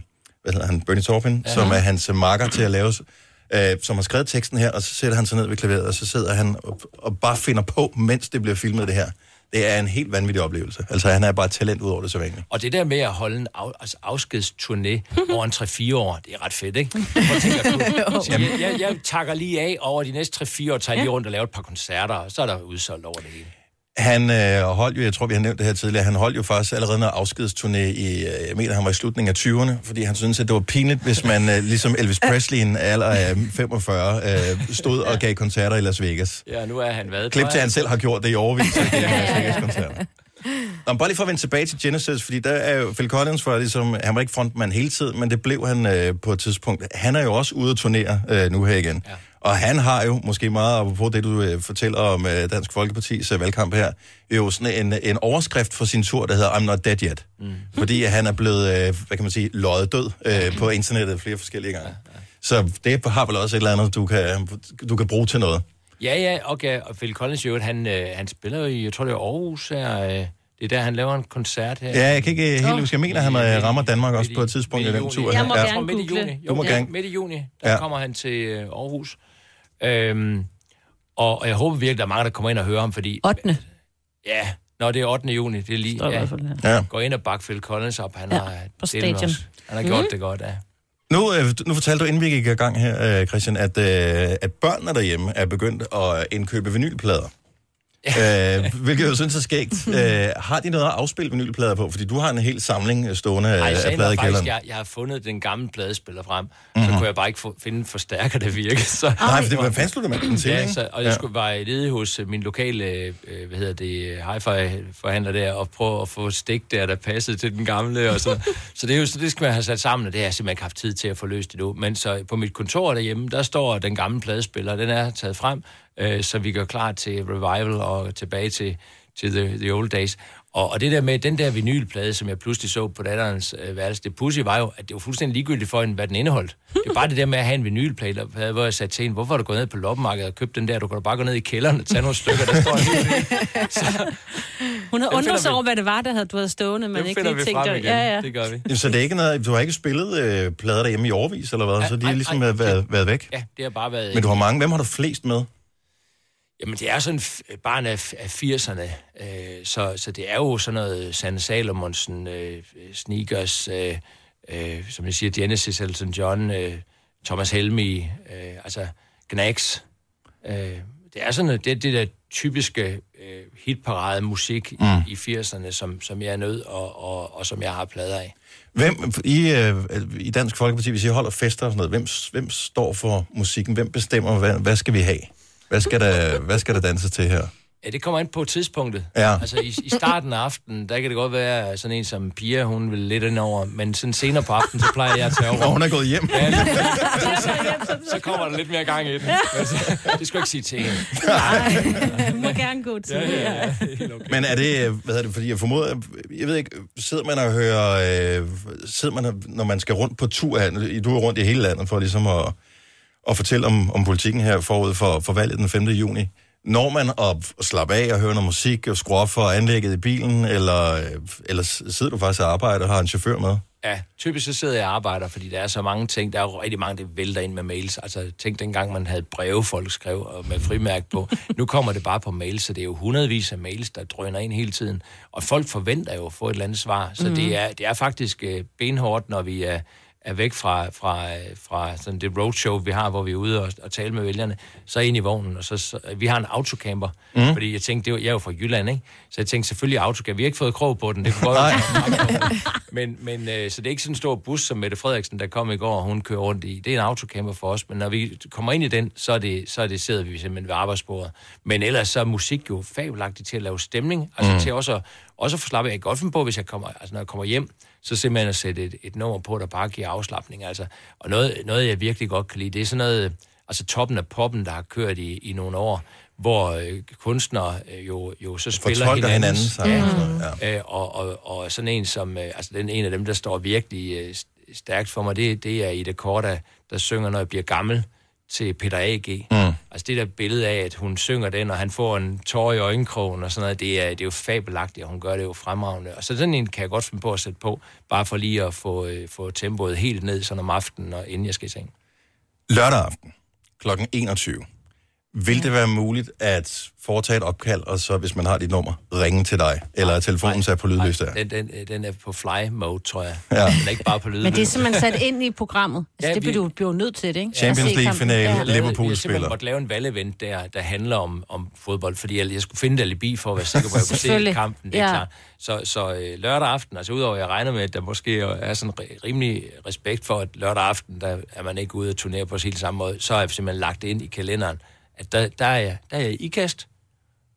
hvad hedder han, Bernie Taupin, ja. som er hans øh, makker til at lave, øh, som har skrevet teksten her, og så sætter han sig ned ved klaveret, og så sidder han og, og bare finder på, mens det bliver filmet det her. Det er en helt vanvittig oplevelse. Altså, han er bare et talent ud over det så vanligt.
Og det der med at holde en af, altså afskedsturné over en 3-4 år, det er ret fedt, ikke? Hvor tænker du, "Sige, jeg, jeg, jeg takker lige af over de næste 3-4 år, tager lige rundt og laver et par koncerter, og så er der udsolgt over det hele.
Han øh, holdt jo, jeg tror, vi har nævnt det her tidligere, han holdt jo faktisk allerede noget afskedsturné i, øh, jeg mener, han var i slutningen af 20'erne, fordi han syntes, at det var pinligt, hvis man, øh, ligesom Elvis Presley i en alder af 45, øh, stod og gav koncerter i Las Vegas.
Ja, nu er han hvad?
Klip
tror
til, at
jeg?
han selv har gjort det i overvis. Nå, men bare lige for at vende tilbage til Genesis, fordi der er jo Phil Collins, for ligesom, han var ikke frontmand hele tiden, men det blev han øh, på et tidspunkt. Han er jo også ude at turnere øh, nu her igen. Ja. Og han har jo, måske meget apropos det, du øh, fortæller om øh, Dansk Folkeparti's øh, valgkamp her, jo sådan en, en overskrift for sin tur, der hedder I'm not dead yet. Mm. Fordi han er blevet, øh, hvad kan man sige, løjet død øh, på internettet flere forskellige gange. Så det har vel også et eller andet, du kan, du kan bruge til noget.
Ja, ja, okay. og Phil Collins, i øvrigt, han, øh, han spiller jo i, jeg tror det er Aarhus her, øh, det er der, han laver en koncert her.
Ja, jeg kan ikke øh, helt huske. Jeg mener, han øh, rammer Danmark også på et tidspunkt i den tur. her.
ja.
ja.
Jeg tror, midt i juni.
Du må
ja,
gerne.
Midt i juni, der
Ja.
ja. kommer han til øh, Aarhus. Øhm, og, og jeg håber virkelig, der er mange, der kommer ind og hører ham, fordi...
8.
Ja, Nå, det er 8. juni, det er lige...
Står i hvert fald her.
Ja.
Gå ind og bak Phil Collins op, han
Ja,
har...
på
delen
stadion.
også- Han har gjort
Mhm.
det godt, ja.
Nu, øh, nu fortalte du, inden vi gik i gang her, øh, Christian, at, øh, at børnene derhjemme er begyndt at indkøbe vinylplader. øh, hvilket jeg synes er skægt. Øh, har de noget at afspille vinylplader på? Fordi du har en hel samling øh, stående Ej,
Ej,
af
sagen
plader
var
i
faktisk,
kælderen. Mhm.
jeg, jeg har fundet den gamle pladespiller frem, mm-hmm. så kunne jeg bare ikke få, finde en forstærker, der virkede. Så.
Nej, for det- hvad fanden skulle du med den til,
Ja,
ikke?
så, og jeg
Ja.
ja. skulle være nede hos øh, min lokale, øh, hvad hedder det, øh, hi-fi-forhandler der, og prøve at få et stik der, der passede til den gamle. Og så. så det er jo så det skal man have sat sammen, og det har jeg simpelthen ikke haft tid til at få løst endnu. Men så på mit kontor derhjemme, der står den gamle pladespiller, den er taget frem, øh, så vi gør klar til revival og tilbage til, til the, the old days. Og, og det der med den der vinylplade, som jeg pludselig så på datterens øh, værelse, det pussy var jo, at det var fuldstændig ligegyldigt for hende, hvad den indeholdt. Det var bare det der med at have en vinylplade, der- hvor jeg sagde til hende, hvorfor har du gået ned på loppemarkedet og købt den der? Du kan da bare gå ned i kælderen og tage nogle stykker, der står helt
Hun havde
Den
undret
finder
sig
vi-
over, hvad det var, der havde du havde stående, men
Dem
ikke
finder
lige
vi
tænkte
frem
over-
igen.
Ja, ja.
Det gør vi.
Jamen, så det er ikke noget, du har ikke spillet øh, plader derhjemme i overvis, eller hvad? Så de har ligesom været, været, været væk.
Ja, det har bare været...
Men du har mange. Hvem har du flest med?
Jamen, det er sådan f- barn af, af 80'erne, øh, så, så det er jo sådan noget Sanne Salomonsen, øh, Sneakers, øh, øh, som jeg siger, Genesis, Elton John, øh, Thomas Helmi, øh, altså Gnax. Øh, det er sådan noget, det, det der typiske øh, hitparade musik mm. i, i 80'erne, som, som jeg er nødt og, og, og som jeg har plader af.
Hvem i, øh, i Dansk Folkeparti, hvis I holder fester og sådan noget, hvem, hvem står for musikken? Hvem bestemmer, hvad, hvad skal vi have? Hvad skal, der, hvad skal der danses til her?
Ja, det kommer ind på tidspunktet.
Ja.
Altså i, i starten af aftenen, der kan det godt være at sådan en som Pia, hun vil lidt ind over, men sådan senere på aftenen, så plejer jeg at tage over.
Når hun er gået hjem.
Ja, så, så kommer der lidt mere gang i den. Men så- Det skal jeg ikke sige til hende.
Du må gerne gå til.
ja.
Men er det, øh, hvad er det, fordi jeg formoder, jeg ved ikke, sidder man og hører, øh, sidder man, og- når man skal rundt på tur, her- du er rundt i hele landet for ligesom at, at fortælle om, om politikken her forud for, for valget den 5. juni, når man at slappe af og høre noget musik og skrue op for anlægget i bilen, eller, øh, eller sidder du faktisk og arbejder og har en chauffør med?
Ja, typisk så sidder jeg og arbejder, fordi der er så mange ting. Der er jo rigtig mange, det vælter ind med mails. Altså, tænk dengang, man havde breve, folk skrev og med frimærk på. Nu kommer det bare på mails, så det er jo hundredvis af mails, der drøner ind hele tiden. Og folk forventer jo at få et eller andet svar. Så mm.
Mhm.
det, er, det er faktisk øh, benhårdt, når vi er, er væk fra, fra, øh, fra sådan det roadshow, vi har, hvor vi er ude og, og tale med vælgerne. Så ind i vognen, og så, så vi har en autocamper. Mm.
Mhm.
Fordi jeg tænkte, det var, jeg er jo fra Jylland, ikke? Så jeg tænkte selvfølgelig autocamper. Vi har ikke fået krog på den. Det kunne godt
Nej.
men, men øh, så det er ikke sådan en stor bus, som Mette Frederiksen, der kom i går, og hun kører rundt i. Det er en autocamper for os, men når vi kommer ind i den, så, er det, så er det, sidder vi simpelthen ved arbejdsbordet. Men ellers så er musik jo fabelagtigt til at lave stemning, altså
Mm.
mm. til også at, også at få slappet af. Jeg kan godt finde på, hvis jeg kommer, altså når jeg kommer hjem, så simpelthen at sætte et, et nummer på, der bare giver afslappning. Altså. Og noget, noget, jeg virkelig godt kan lide, det er sådan noget, altså toppen af poppen, der har kørt i, i nogle år, hvor øh, kunstnere øh, jo, jo så spiller
Fortolker
hinandens,
hinanden sammen og sådan
ja. øh, og, og, og sådan en som, øh, altså den en af dem, der står virkelig øh, s- stærkt for mig, det, det er Ida Korda, der synger, når jeg bliver gammel, til Peter A.G.
Mm.
Altså det der billede af, at hun synger den, og han får en tår i øjenkrogen og sådan noget, det er, det er jo fabelagtigt, og hun gør det jo fremragende. Og så sådan en kan jeg godt finde på at sætte på, bare for lige at få, øh, få tempoet helt ned sådan om aftenen, og inden jeg skal i seng.
Lørdag aften kl. 21. Vil det være muligt at foretage et opkald, og så, hvis man har dit nummer, ringe til dig? Eller at telefonen sat på lydløs der?
Den, den, øh, den er på fly mode, tror jeg.
Ja.
Den er ikke bare på lydløs.
Men det er simpelthen sat ind i programmet. Altså,
Ja,
ja, det bliver
vi-
du bliver jo nødt til det, ikke?
Champions
At se kampen.
League-finale,
Ja.
Liverpool
Jeg
spiller.
simpelthen måtte lave en valgevent, der, der handler om, om fodbold, fordi jeg, jeg skulle finde et alibi for at være sikker på, at jeg kunne se
Selvfølgelig.
kampen. Det er
Ja.
ja. klart. Så, så øh, lørdag aften, altså udover at jeg regner med, at der måske er sådan ri- rimelig respekt for, at lørdag aften, der er man ikke ude at turnere på helt samme måde, så har jeg simpelthen lagt det ind i kalenderen, at der, der, er, jeg, der er jeg i ikast.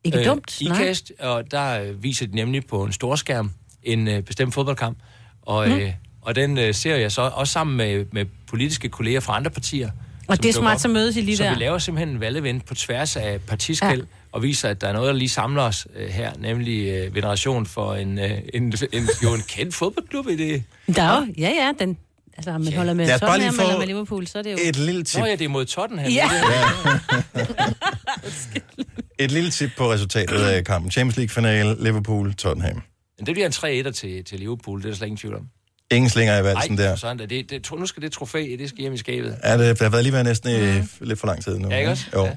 Ikke dumt, nej.
Øh, Ikast, og der øh, viser de nemlig på en storskærm en øh, bestemt fodboldkamp, og,
Nå.
øh, og den øh, ser jeg så også sammen med, med politiske kolleger fra andre partier.
Og
som
det er
dukker
smart,
op.
så mødes I lige
så
der.
vi laver simpelthen en valgevent på tværs af partiskæld, ja. og viser, at der er noget, der lige samler os øh, her, nemlig øh, veneration for en, øh, en, en, jo en kendt fodboldklub i det.
Der er jo, ja, ja, den... Altså, om man holder med
Lad os bare lige
Tottenham
få
eller med Liverpool, så er det jo...
et lille tip.
Nå ja, det er mod Tottenham.
Ja.
Et lille tip på resultatet af kampen. Champions League-finale, Liverpool, Tottenham.
Men det bliver en 3-1'er til, til Liverpool, det er der slet ingen tvivl om.
Ingen slinger i valsen
Ej,
der.
Sådan der. Det, det, tro- nu skal det trofæ, det skal hjem i skabet.
Er det, det har været lige været næsten mm. lidt for lang tid nu.
Ja, ikke også?
Jo.
Ja.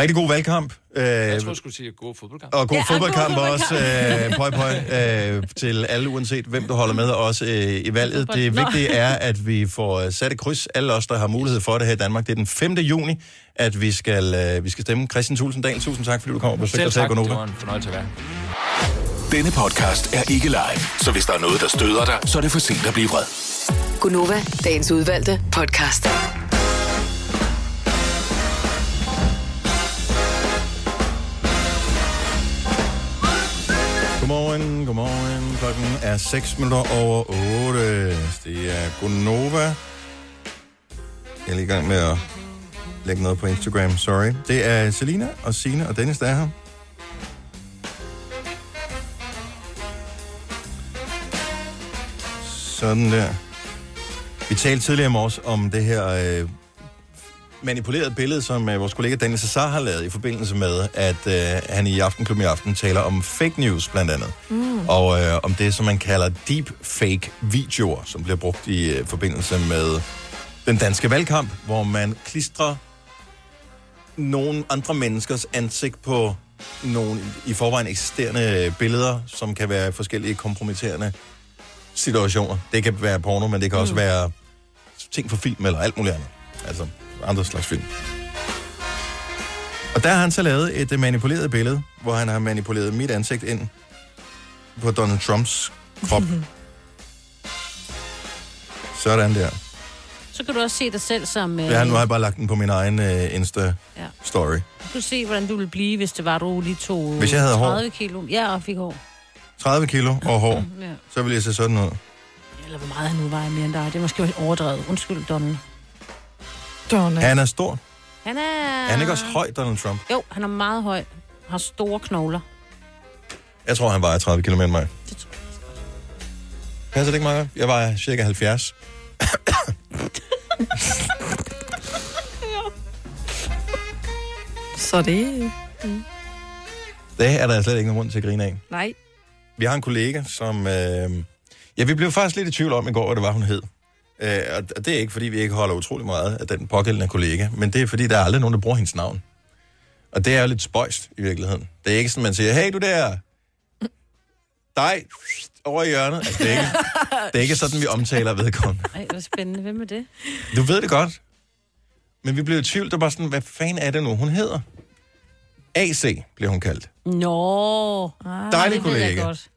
Rigtig god valgkamp.
Jeg
Øh,
tror, du skulle sige god fodboldkamp.
og god
Ja,
ja, fodboldkamp
god
også.
fodboldkamp.
Øh, pøj, pøj, øh, til alle, uanset hvem du holder med, og også øh, i valget.
Fodbold.
Det
Nå.
vigtige er, at vi får øh, sat et kryds. Alle os, der har mulighed for det her i Danmark. Det er den 5. juni, at vi skal, øh, vi skal stemme. Christian Tulsendal, tusind tak, fordi du kom og besøgte
Selv
os her i
tak,
Gonova.
det var
en fornøjelse at være.
Denne podcast er ikke live, så hvis der er noget, der støder dig, så er det for sent at blive vred.
Gunova, dagens udvalgte podcast.
Godmorgen, godmorgen. Klokken er 6 minutter over 8. Det er Gunova. Jeg er lige i gang med at lægge noget på Instagram, sorry. Det er Selina og Sine og Dennis, der er her. Sådan der. Vi talte tidligere om også om det her øh, manipuleret billede, som øh, vores kollega Daniel Cesar har lavet i forbindelse med, at øh, han i Aftenklubben i aften taler om fake news blandt andet. Mm. Og øh, om det, som man kalder deep fake videoer, som bliver brugt i øh, forbindelse med den danske valgkamp, hvor man klistrer nogle andre menneskers ansigt på nogle i forvejen eksisterende billeder, som kan være forskellige kompromitterende situationer. Det kan være porno, men det kan også være ting fra film eller alt muligt andet. Altså andre slags film. Og der har han så lavet et øh, manipuleret billede, hvor han har manipuleret mit ansigt ind på Donald Trumps krop. Sådan der.
Så kan du også se dig selv som... Øh,
Ja, nu har jeg bare lagt den på min egen øh,
Ja.
Insta-story.
Du kan se, hvordan du ville blive, hvis det var, du lige tog øh,
Hvis jeg havde hår.
30 kilo. Ja, og fik hår.
30 kilo og hår,
Mm, Ja.
så vil jeg se sådan ud.
Eller hvor meget han nu vejer mere end dig. Det er måske overdrevet. Undskyld, Donald.
Donald.
Han er stor.
Han er...
Er han ikke også høj, Donald Trump?
Jo, han er meget høj. Har store knogler.
Jeg tror, han vejer 30 kilo mere end mig. Passer det ikke meget godt? Jeg vejer cirka 70.
Så det... Mm.
Det er der slet ikke nogen grund til at grine af.
Nej.
Vi har en kollega, som... Øh, Ja, vi blev faktisk lidt i tvivl om i går, hvad det var, hun hed. Øh, og- og det er ikke, fordi vi ikke holder utrolig meget af den pågældende kollega, men det er, fordi der er aldrig nogen, der bruger hendes navn. Og det er jo lidt spøjst i virkeligheden. Det er ikke sådan, man siger, hey du der, dig, over i hjørnet. Altså, det, er ikke, det er ikke sådan, vi omtaler vedkommende.
Ej, hvor spændende. Hvem er det?
Du ved det godt. Men vi blev i tvivl, der var sådan, hvad fanden er det nu, hun hedder? AC blev hun kaldt.
Nå.
Dejlig
Ah, det ved jeg
kollega.
godt.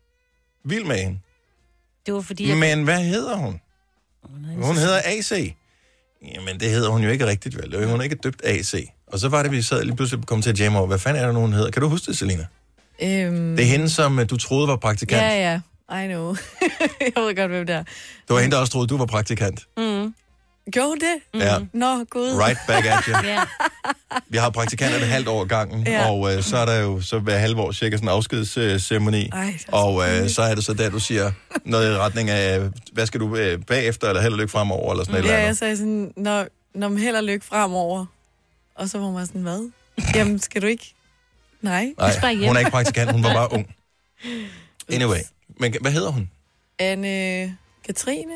Vild med hende.
Det var fordi, jeg...
Men hvad hedder hun? Hun hedder AC. Jamen, det hedder hun jo ikke rigtigt, vel? Øh, Hun er ikke døbt AC. Og så var det, vi sad lige pludselig kom til at jamme over, hvad fanden er det nu, hun hedder? Kan du huske det, Selina?
Øhm,
Det er hende, som øh, du troede var praktikant.
Ja, ja. I know. jeg ved godt, hvem det er.
Det var hende, der også troede, du var praktikant.
Mm. Gjorde hun det? Mm.
Ja.
Nå, gud.
Right back at you.
ja.
Vi har praktikanter et halvt år gangen,
Ja.
ja. og øh, så er der jo så hver halve år cirka sådan en afskedsceremoni.
Ej, det er
Og øh, så er det så der, du siger noget i retning af, hvad skal du øh, bagefter, eller held og lykke fremover, eller sådan et eller
ja, jeg
andet.
sagde sådan, når, når man held og lykke fremover. Og så var man sådan, hvad? Jamen, skal du ikke? Nej.
Nej, hun er ikke praktikant, hun var bare ung. Anyway, men hvad hedder hun?
Anne Katrine?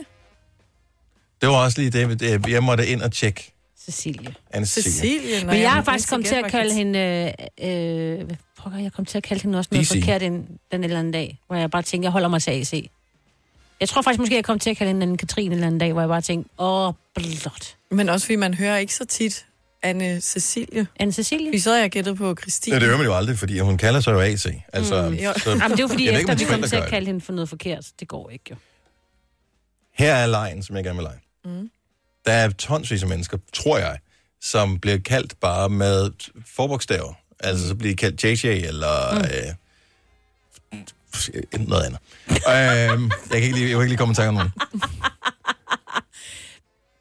Det var også lige det, det- jeg måtte ind og tjekke.
Cecilie.
Anne Cecilie.
Cecilie?
Men jeg har
men
faktisk
det
kommet til
skal
at
jeg
kalde
faktisk.
hende... Øh, øh, hvad pokker, jeg kom til at kalde hende også noget
Dizzy.
forkert den, den eller anden dag, hvor jeg bare tænkte, jeg holder mig til AC. Jeg tror faktisk måske, jeg kom til at kalde hende anden Katrine en eller anden dag, hvor jeg bare tænkte, åh, blot.
Men også fordi man hører ikke så tit Anne Cecilie.
Anne Cecilie?
Vi så havde jeg gættet på Christine.
Ja, det hører man jo aldrig, fordi hun kalder sig jo AC. Altså,
Mm, jo.
så,
Jamen, det er jo fordi,
jeg ved
jeg
ikke,
efter
om de
vi kom
forældre
til
gør
at
det.
kalde hende for noget forkert, det går ikke jo.
Her er lejen, som jeg gerne vil lege.
Mm.
Der er tonsvis af mennesker, tror jeg, som bliver kaldt bare med t- forbogstaver. Altså, så bliver de kaldt JJ eller mm. øh, noget andet. øhm, jeg, kan ikke lige, jeg kan ikke lige komme i tanke om nogen.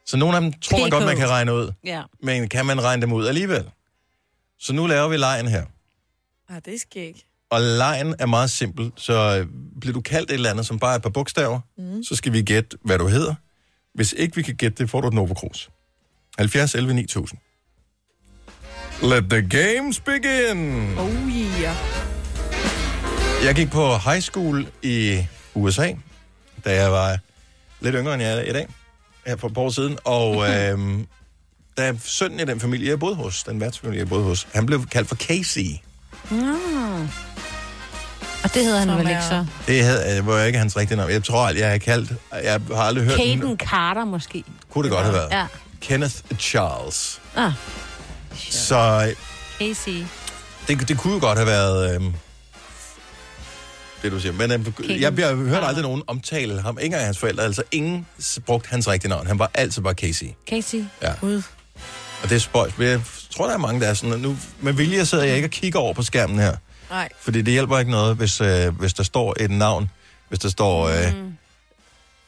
Så nogle af dem tror man godt, man kan regne ud.
Ja.
Men kan man regne dem ud alligevel? Så nu laver vi lejen her.
Ah, det skal ikke.
Og lejen er meget simpel, så øh, bliver du kaldt et eller andet, som bare er et par bogstaver, mm. så skal vi gætte, hvad du hedder. Hvis ikke vi kan gætte det, får du et Novo Cruz. 70 11 9000. Let the games begin!
Oh yeah.
Jeg gik på high school i USA, da jeg var lidt yngre end jeg er i dag, her for et par år siden. Og øh, da sønnen i den familie, jeg boede hos, den værtsfamilie, jeg boede hos, han blev kaldt for Casey.
Mm. Og det hedder han
Som
vel
er-
ikke så?
Det havde, øh, var ikke hans rigtige navn. Jeg tror, at jeg har kaldt... Jeg har aldrig hørt...
Caden Carter måske.
Kunne det godt have været.
Ja.
Kenneth Charles.
Ah,
Så øh,
Casey.
det, det kunne jo godt have været... Øh, det du siger. Men øh, jeg, jeg hørte aldrig nogen omtale ham. Ikke engang hans forældre. Altså ingen s- brugte hans rigtige navn. Han var altid bare Casey.
Casey.
Ja.
Gud.
Og det er spøjt. Men Jeg tror, der er mange, der er sådan... at Nu, med vilje sidder jeg ikke og kigger over på skærmen her.
Nej.
Fordi det hjælper ikke noget, hvis, øh, hvis der står et navn. Hvis der står... Øh,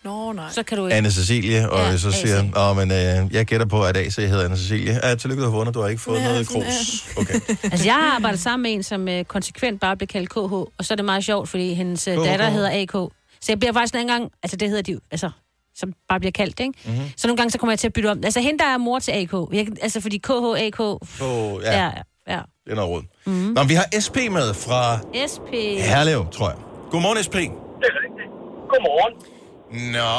Nå, nej.
Så kan du
Anne Cecilie, og
Ja,
ja, så
AC.
siger han, men øh, jeg gætter på, at AC hedder Anne Cecilie. Ja, tillykke, du har vundet, du har ikke fået
Ja,
ja, noget
sådan
krus.
er
Okay.
Altså, jeg har arbejdet sammen med en, som øh, konsekvent bare blev kaldt KH, og så er det meget sjovt, fordi hendes øh,
KH.
datter hedder AK. Så jeg bliver faktisk ikke engang, altså det hedder de jo, altså, som bare bliver kaldt, ikke?
Mhm.
Mm-hmm. Så nogle gange, så kommer jeg til at bytte om. Altså, hende, der er mor til AK. Jeg, altså, fordi KH, AK,
Så, ja,
ja,
ja,
ja.
det er noget råd. Mm-hmm. Nå, men vi har SP med fra
SP.
Herlev, tror jeg. Godmorgen, SP.
Det er rigtigt. Godmorgen.
Nå,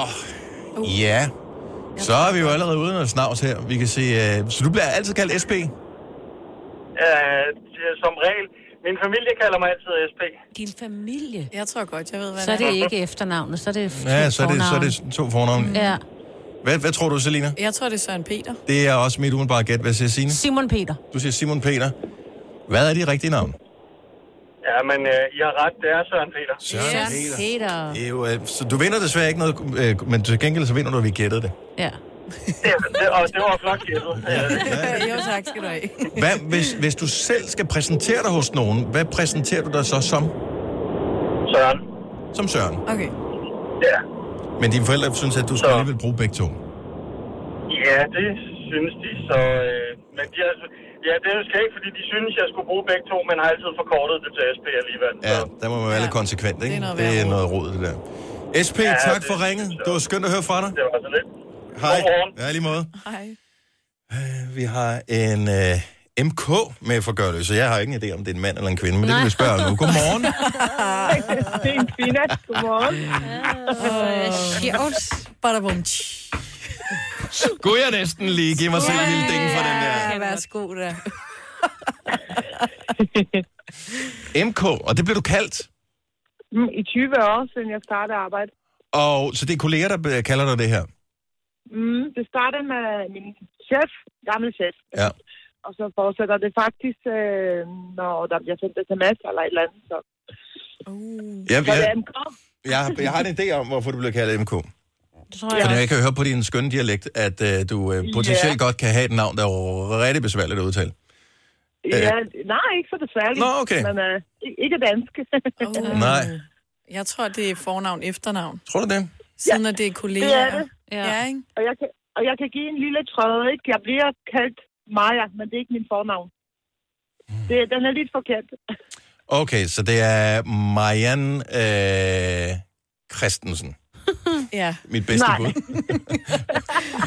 ja. Så er vi jo allerede ude noget snavs her. Vi kan se, øh, så du bliver altid kaldt SP?
Øh, som regel. Min familie kalder mig altid SP.
Din familie?
Jeg tror godt, jeg ved, hvad
Så er det ikke efternavnet, så er det
Ja, så er det, så er
fornavnet.
det to fornavne. Ja.
Ja.
Hvad, hvad tror du, Selina?
Jeg tror, det er Søren Peter.
Det er også mit umiddelbare gæt. Hvad siger Signe?
Simon Peter.
Du siger Simon Peter. Hvad er de rigtige navn?
Ja, men øh, I har ret. Det er Søren Peter.
Søren
Søren Peter.
Det er jo, øh, så du vinder desværre ikke noget, øh, men til gengæld så vinder du, at vi gættede det.
Ja.
Det, det, og det var flot gættet.
jo, tak skal du have.
Hvad, hvis, hvis du selv skal præsentere dig hos nogen, hvad præsenterer du dig så som?
Søren.
Som Søren.
Okay.
Ja.
Men dine forældre synes, at du skal alligevel bruge begge to.
Ja, det synes de. Så, øh, men de har, ja, det er jo skægt, fordi de synes, jeg skulle bruge begge to, men har altid forkortet det til SP alligevel.
Ja, der må man være lidt konsekvent, ikke?
Det er noget
Det er
værre
noget rod, det der. SP,
Ja,
tak
det
for ringet. Det var skønt at høre fra dig.
Det var så lidt.
Hej.
Godmorgen.
Ja, i lige måde.
Hej.
Vi har en øh, MK med forgørelse. Jeg har ingen idé, om det er en mand eller en kvinde, men det kan vi spørge om nu. Godmorgen.
det er en kvinde. Godmorgen.
Sjovt. Bare bum.
Skulle jeg næsten lige give mig selv en lille ding for den der.
Ja, værsgo da.
MK, og det blev du kaldt.
Mm, I 20 år, siden jeg startede arbejde.
Og så det er kolleger, der øh, kalder dig det her.
Mm, det startede med min chef, gammel chef.
Ja.
Og så fortsætter det faktisk, øh, når der bliver sendt sms eller et eller andet. Så,
uh.
Ja,
så
ja.
det er MK.
Jeg, har- jeg har en idé om, hvorfor du bliver kaldt MK.
Det tror
Fordi jeg kan høre på din skønne dialekt, at øh, du øh, potentielt
Ja. Mm.
godt kan have et navn, der er rigtig besværligt at udtale.
Ja, nej, ikke så besværligt.
Nå, okay.
Men øh, i- ikke dansk.
Oh.
Nej.
Jeg tror, det er fornavn efternavn.
Tror du det?
Siden ja. det er kollegaer.
Det er det.
Ja. ja, ikke?
Og jeg, kan, og jeg kan give en lille tråd, ikke? Jeg bliver kaldt Maja, men det er ikke min fornavn.
Mm.
Det, den er lidt forkert.
Okay, så det er Marianne øh, Christensen.
ja.
Mit bedste
Nej.
bud.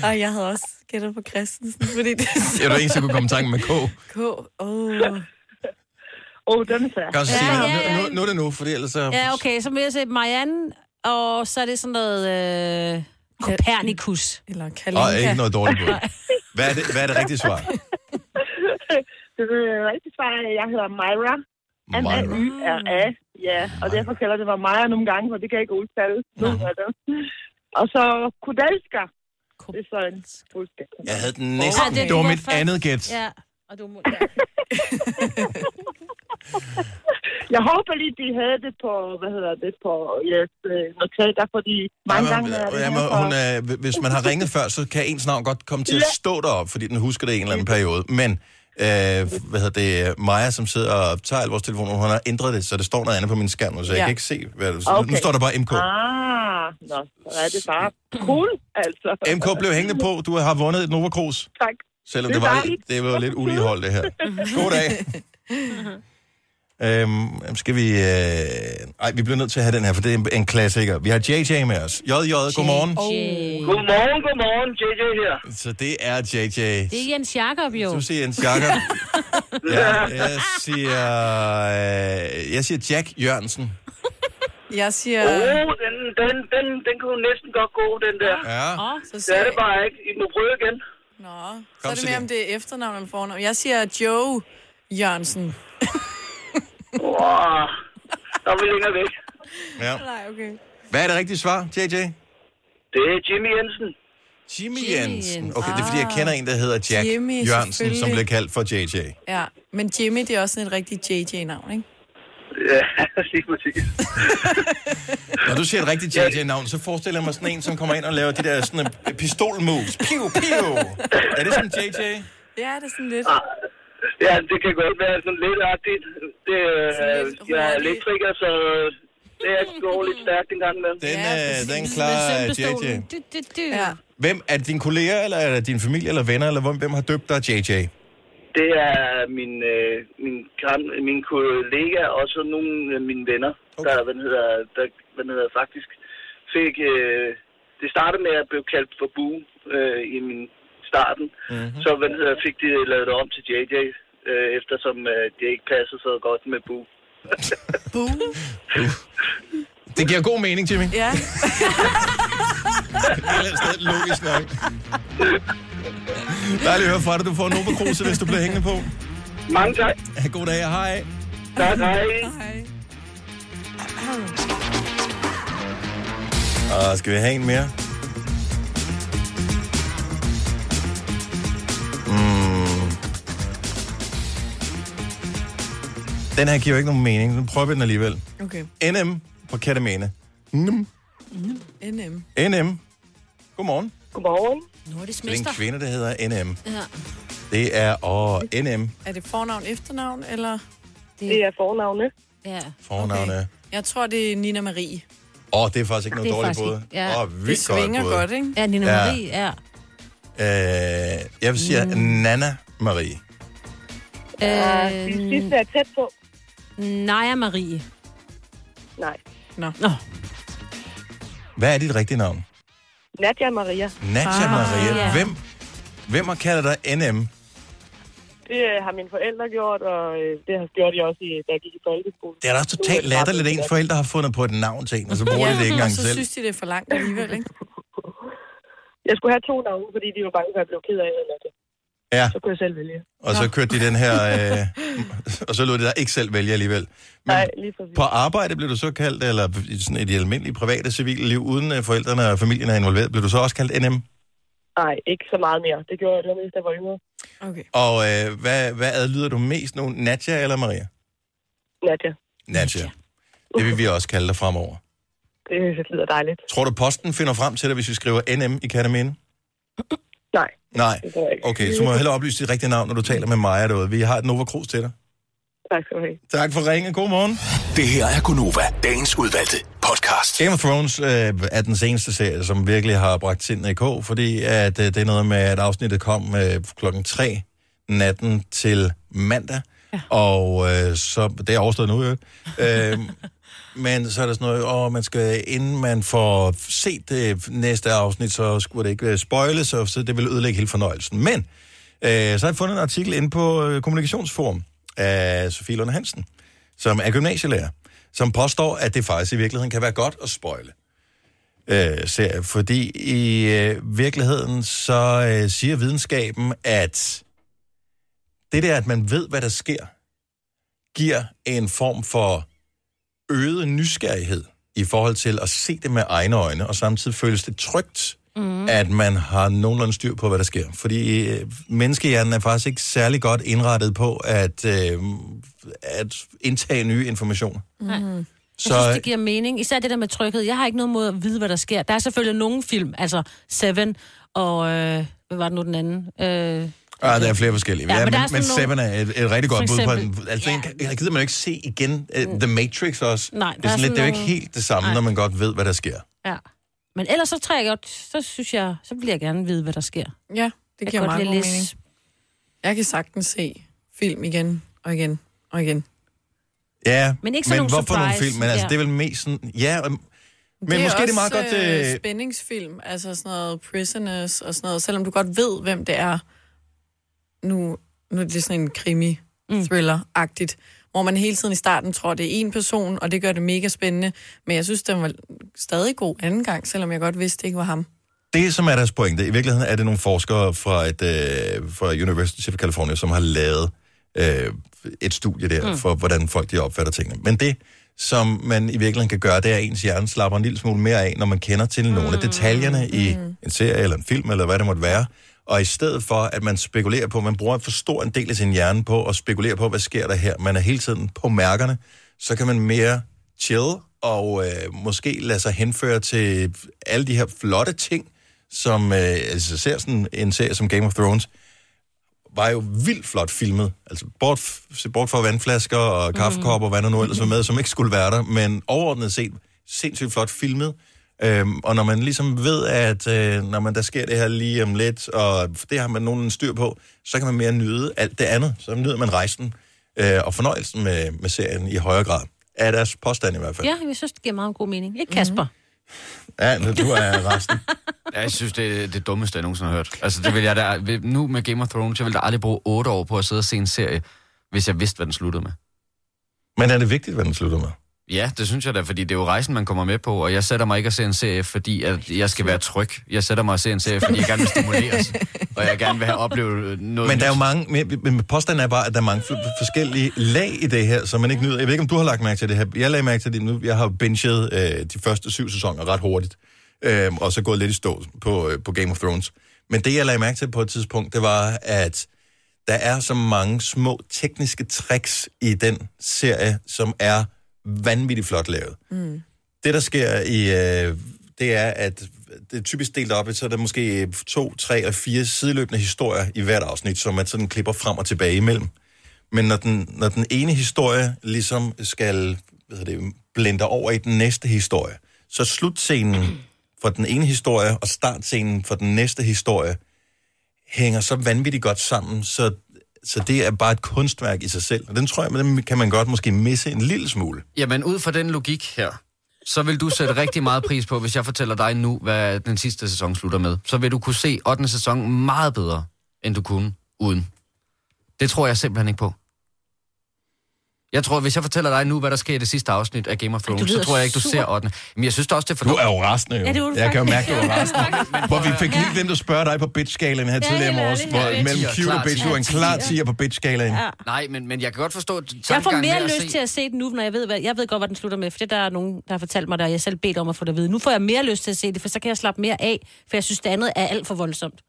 Og jeg havde også gættet på Christensen, fordi det er så...
Jeg er den eneste, der kunne komme i tanke med K.
K. Åh.
Åh, oh, den er svær.
Godt, så siger
Ja,
man,
ja,
nu,
ja.
nu, nu er det nu, for ellers så...
Ja, okay, så vil jeg se Marianne, og så er det sådan noget... Øh, Copernicus.
Eller Kalinka.
Og ikke noget dårligt bud. Hvad er det, hvad er det rigtige svar?
det er rigtig svar, jeg hedder Myra. m a y r a Ja, og derfor kalder det mig Maja nogle gange, for det kan jeg ikke udtale. Nu er det. Og så Kudelska. Det er så en fuldstændig.
Jeg havde den
Åh,
næsten.
okay.
Det var mit
Hvorfor?
andet gæt.
Ja, og du må... Ja.
Jeg håber lige, de havde det på, hvad hedder det, på jeres øh, notater, fordi mange
Jamen,
gange er det
jamen,
her for-
hun er, hvis man har ringet før, så kan ens navn godt komme til at
Ja.
stå derop, fordi den husker det i en eller anden periode. Men, øh, hvad hedder det, Maja, som sidder og tager al vores telefon, hun har ændret det, så det står noget andet på min skærm, nu, så jeg
Ja.
kan ikke se, hvad det okay. Nu står der bare MK.
Ah, nå, så er det bare cool, altså.
MK blev hængende på, du har vundet et Nova Cruz.
Tak.
Selvom
Det
det,
er
var,
dejligt.
det var lidt ulige hold, det her.
Mhm.
God dag. Øhm, skal vi... Øh... Ej, vi bliver nødt til at have den her, for det er en, en klassiker. Vi har JJ med os. JJ, godmorgen.
Godmorgen, godmorgen. JJ her.
Så det er JJ.
Det er Jens Jakob, jo.
Du siger Jens Jakob. ja, jeg siger... Øh, jeg siger Jack Jørgensen.
Jeg siger...
Åh, oh, den, den, den, den kunne næsten godt gå, den der.
Ja.
Åh, så
Så
siger
er det
jeg-
bare ikke. I må prøve igen.
Nå, så
Kom,
er det
Silje.
mere, om det er efternavn eller fornavn. Jeg siger Joe Jørgensen.
Wow. Der er vi længere væk.
Ja.
Nej, okay.
Hvad er det rigtige svar, JJ?
Det er Jimmy Jensen.
Jimmy Jensen. Okay, det er fordi, jeg kender en, der hedder Jack
Jimmy,
Jimmy, Jørgensen, som
selvfølgelig.
blev kaldt for JJ.
Ah, Ja, men Jimmy, det er også sådan et rigtigt JJ-navn, ikke?
Ja, lige præcis.
Når du siger et rigtigt JJ-navn, så forestiller jeg mig sådan en, som kommer ind og laver de der sådan øh, pistolmoves. Piu, piu. Er det sådan JJ?
Ja, det er sådan lidt...
Ah, Ja, det kan godt være sådan lidt artigt. Det, øh, jeg er elektriker, så øh, det er går lidt stærkt en gang med.
Den, øh, den klarer JJ.
Du, du, du. Ja.
Hvem er det dine kolleger, eller er det din familie, eller venner, eller hvem, hvem har døbt dig JJ?
Det er min, øh, min, kam- min kollega og så nogle af mine venner, okay. der, hvad den hedder, der hvad den hedder, faktisk fik... Øh, det startede med at blive kaldt for Bu øh, i min starten. Mm-hmm. Så hvad den hedder, fik de lavet det om til JJ, øh, eftersom øh, det ikke passede så godt med Bu.
Det giver god mening, Jimmy.
Ja.
Et eller andet sted logisk nok. Dejligt at høre fra dig. Du får en Nova Kruse, hvis du bliver hængende på.
Mange tak.
God dag og hej.
Tak, hej.
Og skal vi have en mere? Mm. Den her giver jo ikke nogen mening. Nu prøver vi den alligevel.
Okay.
NM på Katamene. NM.
Mhm.
NM.
NM. Godmorgen.
Godmorgen.
Nordisk
Så det er en
mester.
kvinde, der hedder NM.
Ja.
Det er og NM
Er det fornavn, efternavn, eller...
Det er fornavne.
Ja.
fornavne. Okay.
Jeg tror, det er Nina Marie.
Åh, oh, det er faktisk ikke noget dårligt både.
Ja.
Åh,
det
vildt
svinger
både.
godt, ikke?
Ja, Nina
Ja.
Marie, ja.
Øh, jeg vil sige mm. Nana Marie.
Øh,
Det sidste er tæt på.
Naja Marie.
Nej.
Nå.
Nå.
Hvad er dit rigtige navn?
Nadia Maria.
Natja ah,
Ah,
Maria.
ja.
Hvem, hvem har kaldt dig NM?
Det øh, har mine forældre gjort, og øh, det har gjort de også, i, da jeg gik i folkeskole.
Det er da også totalt latterligt, at ens forældre har fundet på et navn til en, og så bruger de det ikke engang
og så
selv.
synes de, det er for langt alligevel, ikke?
Jeg skulle have to navne, fordi de var bange for, at jeg blev ked af det. eller det.
Ja,
Så kunne jeg selv vælge.
og så kørte de den her, øh, og så lod de dig ikke selv vælge alligevel.
Nej, lige præcis.
På arbejde blev du så kaldt, eller i sådan et almindeligt private civile liv, uden øh, forældrene og familien er involveret, blev du så også kaldt NM?
Nej, ikke så meget mere. Det gjorde jeg det var mest, da jeg var yngre. Okay.
Og øh, hvad, hvad adlyder du mest nu, Nadja eller Maria?
Nadia,
Nadja. Det vil vi også kalde dig fremover.
det lyder dejligt.
Tror du, posten finder frem til dig, hvis vi skriver NM i Katamine?
Nej.
Nej.
Det tror jeg ikke.
Okay, så må jeg hellere oplyse dit rigtige navn, når du taler med Maja derude. Vi har et Nova Cruz til dig.
Tak skal du have.
Tak for ringen. God morgen.
Det her er Gunova, dagens udvalgte podcast.
Game of Thrones øh, er den seneste serie, som virkelig har bragt sindene i kog, fordi at, øh, det er noget med, at afsnittet kom øh, klokken 3 natten til mandag, ja. og øh, så, det er overstået nu, jo. Øh, men så er der sådan noget, åh, man skal, inden man får set det næste afsnit, så skulle det ikke øh, spoiles, og så det vil ødelægge hele fornøjelsen. Men øh, så har jeg fundet en artikel inde på øh, Kommunikationsforum af Sofie Lunde Hansen, som er gymnasielærer, som påstår, at det faktisk i virkeligheden kan være godt at spoile. Øh, serie, fordi i øh, virkeligheden så øh, siger videnskaben, at det der, at man ved, hvad der sker, giver en form for øget nysgerrighed i forhold til at se det med egne øjne, og samtidig føles det trygt, mm. at man har nogenlunde styr på, hvad der sker. Fordi øh, menneskehjernen er faktisk ikke særlig godt indrettet på at, øh, at indtage nye informationer.
Mm. Så...
Så-
Jeg synes, det giver mening. Især det der med tryghed. Jeg har ikke noget mod at vide, hvad der sker. Der er selvfølgelig nogle film, altså Seven og... Øh, hvad var det nu den anden? Øh,
Ja, der er flere forskellige.
Ja,
Ja,
men
men,
der
men,
er sådan
men
nogle-
Seven er et, et rigtig
For
godt bud på
eksempel-
en... Altså, ja. jeg gider man jo ikke se igen. Uh, The Matrix også.
Nej,
det
der
er,
er
sådan lidt,
sådan
det er jo ikke
nogle-
helt det samme,
Nej.
når man godt ved, hvad der sker.
ja. Men ellers så trækker jeg godt, så synes jeg, så vil jeg gerne vide, hvad der sker.
Ja, det
Jeg
giver
kan godt
meget
lide
god
at
mening.
læse.
Jeg kan sagtens se film igen og igen og igen.
Ja,
Men ikke sådan
men
nogle
hvorfor nogle
surprise,
film? Men altså,
ja.
det er vel mest sådan... Ja, øhm, men måske er det meget
også,
godt... Øh,
Øh, spændingsfilm, altså sådan noget Prisoners og sådan noget, selvom du godt ved, hvem det er. Nu, nu er det sådan en Mm. krimi-thriller-agtigt, hvor man hele tiden i starten tror, det er én person, og det gør det mega spændende. Men jeg synes, den var stadig god anden gang, selvom jeg godt vidste, det ikke var ham.
Det, som er deres pointe, i virkeligheden er det nogle forskere fra, et, øh, fra University of California, som har lavet øh, et studie der
Mm.
mm. for, hvordan folk de opfatter tingene. Men det, som man i virkeligheden kan gøre, det er, at ens hjerne slapper en lille smule mere af, når man kender til nogle af detaljerne i en serie eller en film, eller hvad det måtte være. Og i stedet for, at man spekulerer på, man bruger for stor en del af sin hjerne på at spekulere på, hvad sker der her, man er hele tiden på mærkerne, så kan man mere chill og øh, måske lade sig henføre til alle de her flotte ting, som øh, altså, ser sådan en serie som Game of Thrones, var jo vildt flot filmet. Altså bort, se bort fra vandflasker og kaffekopper og hvad der nu ellers var med, som ikke skulle være der, men overordnet set sindssygt flot filmet. Øhm, og når man ligesom ved, at øh, når man, der sker det her lige om lidt, og det har man nogen styr på, så kan man mere nyde alt det andet. Så nyder man rejsen øh, og fornøjelsen med, med serien i højere grad. Er deres påstand i hvert fald.
Ja, jeg synes, det giver meget god mening. Ikke Kasper?
Ja, nu Mm-hmm. du er resten.
Ja, jeg synes, det er det dummeste, jeg nogensinde har hørt. Altså, det vil jeg da, vil- nu med Game of Thrones, jeg vil da aldrig bruge otte år på at sidde og se en serie, hvis jeg vidste, hvad den sluttede med.
Men er det vigtigt, hvad den slutter med?
Ja, det synes jeg da, fordi det er jo rejsen, man kommer med på, og jeg sætter mig ikke at se en serie, fordi at jeg skal være tryg. Jeg sætter mig at se en serie, fordi jeg gerne vil stimuleres, og jeg gerne vil have oplevet noget
Men der er jo
nyt.
mange, men- men påstanden er bare, at der er mange f- forskellige lag i det her, som man ikke nyder. Jeg ved ikke, om du har lagt mærke til det her. Jeg lagde mærke til det nu. Jeg har jo binget øh, de første syv sæsoner ret hurtigt, øh, og så gået lidt i stå på, øh, på Game of Thrones. Men det, jeg lagde mærke til på et tidspunkt, det var, at der er så mange små tekniske tricks i den serie, som er vanvittigt flot lavet.
Mm.
Det, der sker i, øh, det er, at det er typisk delt op, i, så er der måske to, tre og fire sideløbende historier i hvert afsnit, som man sådan klipper frem og tilbage imellem. Men når den, når den ene historie ligesom skal hvad hedder det, blende over i den næste historie, så er slutscenen fra den ene historie og startscenen fra den næste historie hænger så vanvittigt godt sammen, så, så det er bare et kunstværk i sig selv. Og den tror jeg, den kan man godt måske misse en lille smule.
Jamen, ud fra den logik her, så vil du sætte rigtig meget pris på, hvis jeg fortæller dig nu, hvad den sidste sæson slutter med. Så vil du kunne se 8. sæson meget bedre, end du kunne uden. Det tror jeg simpelthen ikke på. Jeg tror, hvis jeg fortæller dig nu, hvad der sker i det sidste afsnit af Game of Thrones, så
lyder
tror jeg ikke, du
sur.
ser 8. Men jeg synes da også, det er for
Du er jo rasende, jo.
Ja, det er jo
jeg kan jo mærke,
faktisk-
du er rasende.
Altså,
Hvor vi fik lige glemt at spørge dig på bitch-skalaen her
Ja,
tidligere i
helt
morges,
ærligt,
hvor
jeg er
mellem
en tier,
cute og
klar
bitch, du er en
tier.
klar 10'er på bitch-skalaen.
Ja.
Nej, men, men jeg kan godt forstå tankegangen
Jeg får mere
med at se-
lyst til at se den nu, når jeg ved, hvad, jeg ved godt, hvad den slutter med, for det der er nogen, der har fortalt mig, der jeg selv bedt om at få det at vide. Nu får jeg mere lyst til at se det, for så kan jeg slappe mere af, for jeg synes, det andet er alt for voldsomt.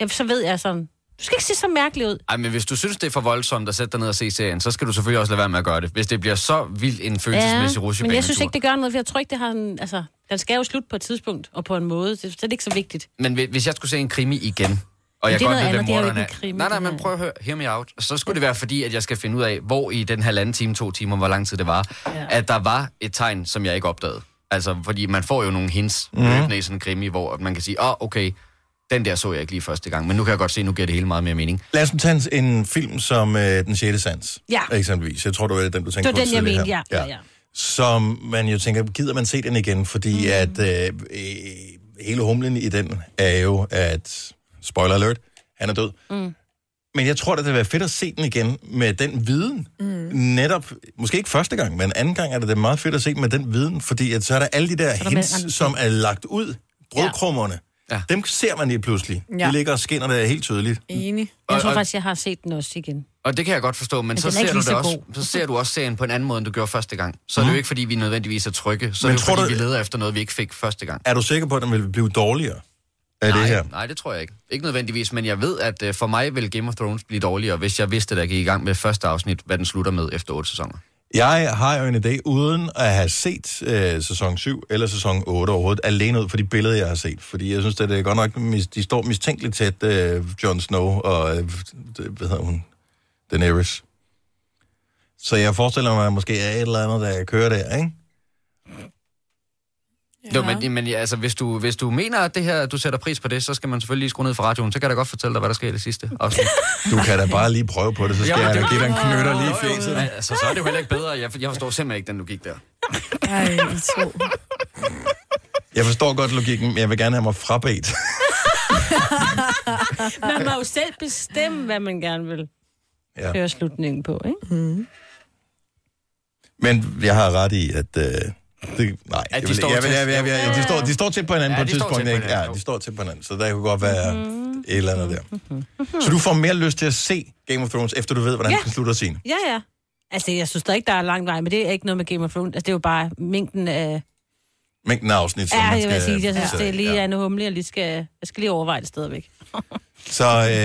Jeg, så ved jeg sådan, du skal ikke se så mærkelig ud.
Ej, men hvis du synes, det er for voldsomt at sætte dig ned og se serien, så skal du selvfølgelig også lade være med at gøre det. Hvis det bliver så vild en følelsesmæssig ja,
men jeg synes ikke, det gør noget, for jeg tror ikke, det har en, altså, den skal jo slutte på et tidspunkt, og på en måde, det, så er det ikke så vigtigt.
Men hvi- hvis jeg skulle se en krimi igen, og jeg
det er
godt ved,
noget
hvem
andet, det er jo
morderen er...
ikke en krimi,
nej, nej,
det
men
her.
prøv at høre, hear me out. Så skulle det være fordi, at jeg skal finde ud af, hvor i den halvanden time, to timer, hvor lang tid det var, ja. at der var et tegn, som jeg ikke opdagede. Altså, fordi man får jo nogle hints
Mhm.
mm. løbende i sådan en krimi, hvor man kan sige, åh, oh, okay, den der så jeg ikke lige første gang, men nu kan jeg godt se, nu giver det hele meget mere mening.
Lad os nu tage en, en film som øh, Den 6. Sands,
Ja.
eksempelvis. Jeg tror, det var den, du tænkte
Det
på
var den, jeg
tidligere
mente,
her.
ja, ja, ja.
Som man jo tænker, gider man se den igen? Fordi mm. at øh, øh, hele humlen i den er jo, at, spoiler alert, han er død.
Mm.
Men jeg tror, det vil være fedt at se den igen med den viden. Mm. Netop, måske ikke første gang, men anden gang er det da meget fedt at se den med den viden, fordi at så er der alle de der
der masser af-
hints, som er lagt ud, brødkrummerne. Ja. Dem ser man lige pludselig. Ja.
Ja.
De ligger og skinner der helt tydeligt.
Enig.
Og-
Jeg tror
og-
faktisk, jeg har set den også igen.
Og det kan jeg godt forstå, men,
Men
men så,
den
ser
er ikke
du
lige
det
så
også, så ser du også serien på en anden måde, end du gjorde første gang. Så mm. er det
Mhm.
jo ikke, fordi vi nødvendigvis er trygge, så
Men
men er det
tror
jo, fordi,
du-
vi leder efter noget, vi ikke fik første gang.
Er du sikker på, at den vil blive dårligere af
nej,
det her?
nej, det tror jeg ikke. Ikke nødvendigvis, men jeg ved, at øh, for mig vil Game of Thrones blive dårligere, hvis jeg vidste, at jeg gik i gang med første afsnit, hvad den slutter med efter otte sæsoner.
Jeg har jo en idé, uden at have set øh, sæson 7 eller sæson 8 overhovedet, alene ud for de billeder, jeg har set. Fordi jeg synes, at det er godt nok, mis- de står mistænkeligt tæt, øh, Jon Snow og, øh, det- hvad hedder hun, Daenerys. Så jeg forestiller mig, at måske er et eller andet, der kører der, ikke?
Ja. Jo, men, men ja, altså, hvis, du, hvis du mener, at det her, du sætter pris på det, så skal man selvfølgelig lige skrue ned for radioen. Så kan jeg da godt fortælle dig, hvad der sker i det sidste afsnit.
Du kan da bare lige prøve på det, så skal
Jo,
jeg
det-
da give dig en knytter lige i
Jo, jo,
fjeset.
Altså, så er det jo heller ikke bedre. Jeg, jeg forstår simpelthen ikke den logik der.
Ej, to.
Jeg forstår godt logikken, men jeg vil gerne have mig frabedt.
man må jo selv bestemme, hvad man gerne vil
Ja.
ja. høre slutningen på, ikke? Mm.
Men jeg har ret i, at... Øh, det, nej,
At de
jeg vil-
står
jeg vil-
tæt.
jeg vil- jeg vil- jeg- de står- De står tæt på hinanden
Ja,
på et
de står tæt
tidspunkt.
på
ikke? Ja,
hinanden, jo.
de står tæt på hinanden, så der kunne godt være
Mhm.
et eller andet der. Så du får mere lyst til at se Game of Thrones, efter du ved, hvordan
Ja.
den slutter sin.
Ja, ja. Altså, jeg synes der ikke, der er lang vej, men det er ikke noget med Game of Thrones. Altså, det er jo bare mængden af...
Mængden af afsnit, som
Ja,
man
jeg vil
skal...
sige, jeg synes,
så-
det er lige
ja.
ja. Anne Humle, jeg lige skal, jeg skal lige overveje det stadigvæk.
Så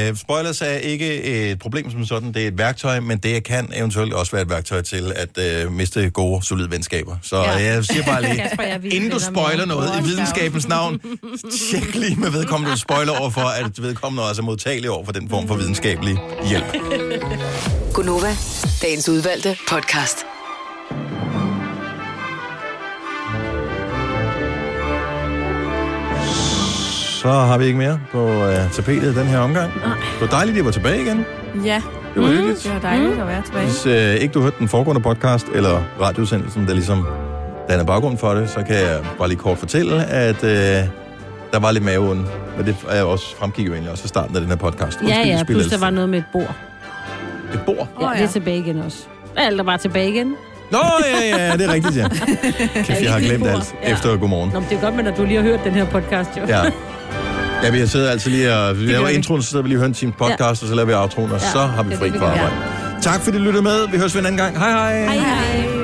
øh, spoilers er ikke et problem som sådan. Det er et værktøj, men det kan eventuelt også være et værktøj til at øh, miste gode, solide venskaber. Så ja. jeg siger bare lige,
Kasper, jeg er vild
inden du
venner med
spoiler
min
noget
bror.
i videnskabens navn, tjek lige med vedkommende, du spoiler over for, at vedkommende også er modtagelig over for den form for videnskabelig hjælp.
Gunova, dagens udvalgte podcast.
Så har vi ikke mere på øh, tapetet i den her omgang. Det var dejligt, at I var tilbage igen.
Ja. Mm.
Det var hyggeligt.
Det var dejligt at være tilbage.
Hvis øh, ikke du hørte den foregående podcast eller radiosendelsen, der ligesom danner baggrund for det, så kan jeg bare lige kort fortælle, at øh, der var lidt maveånd. Men det er også, fremgik jo egentlig også i starten af den her podcast.
Ja, ja, plus der
det
var noget med et bord.
Et bord?
Ja, det er tilbage igen også. Alt er bare tilbage igen.
Nå, ja, ja, det er rigtigt, ja. Kæft, jeg har glemt alt efter godmorgen.
Nå, men det er godt, men at du lige har hørt den her podcast, jo.
Ja. Ja, vi har siddet altid lige og vi laver introen, så sidder vi lige og hører en times podcast,
Ja.
og så laver vi outroen, og
Ja,
så har vi
det er
fri
det, vi
fra
gør.
arbejde. Tak fordi du lyttede med. Vi høres ved en anden gang. Hej hej.
Hej, hej.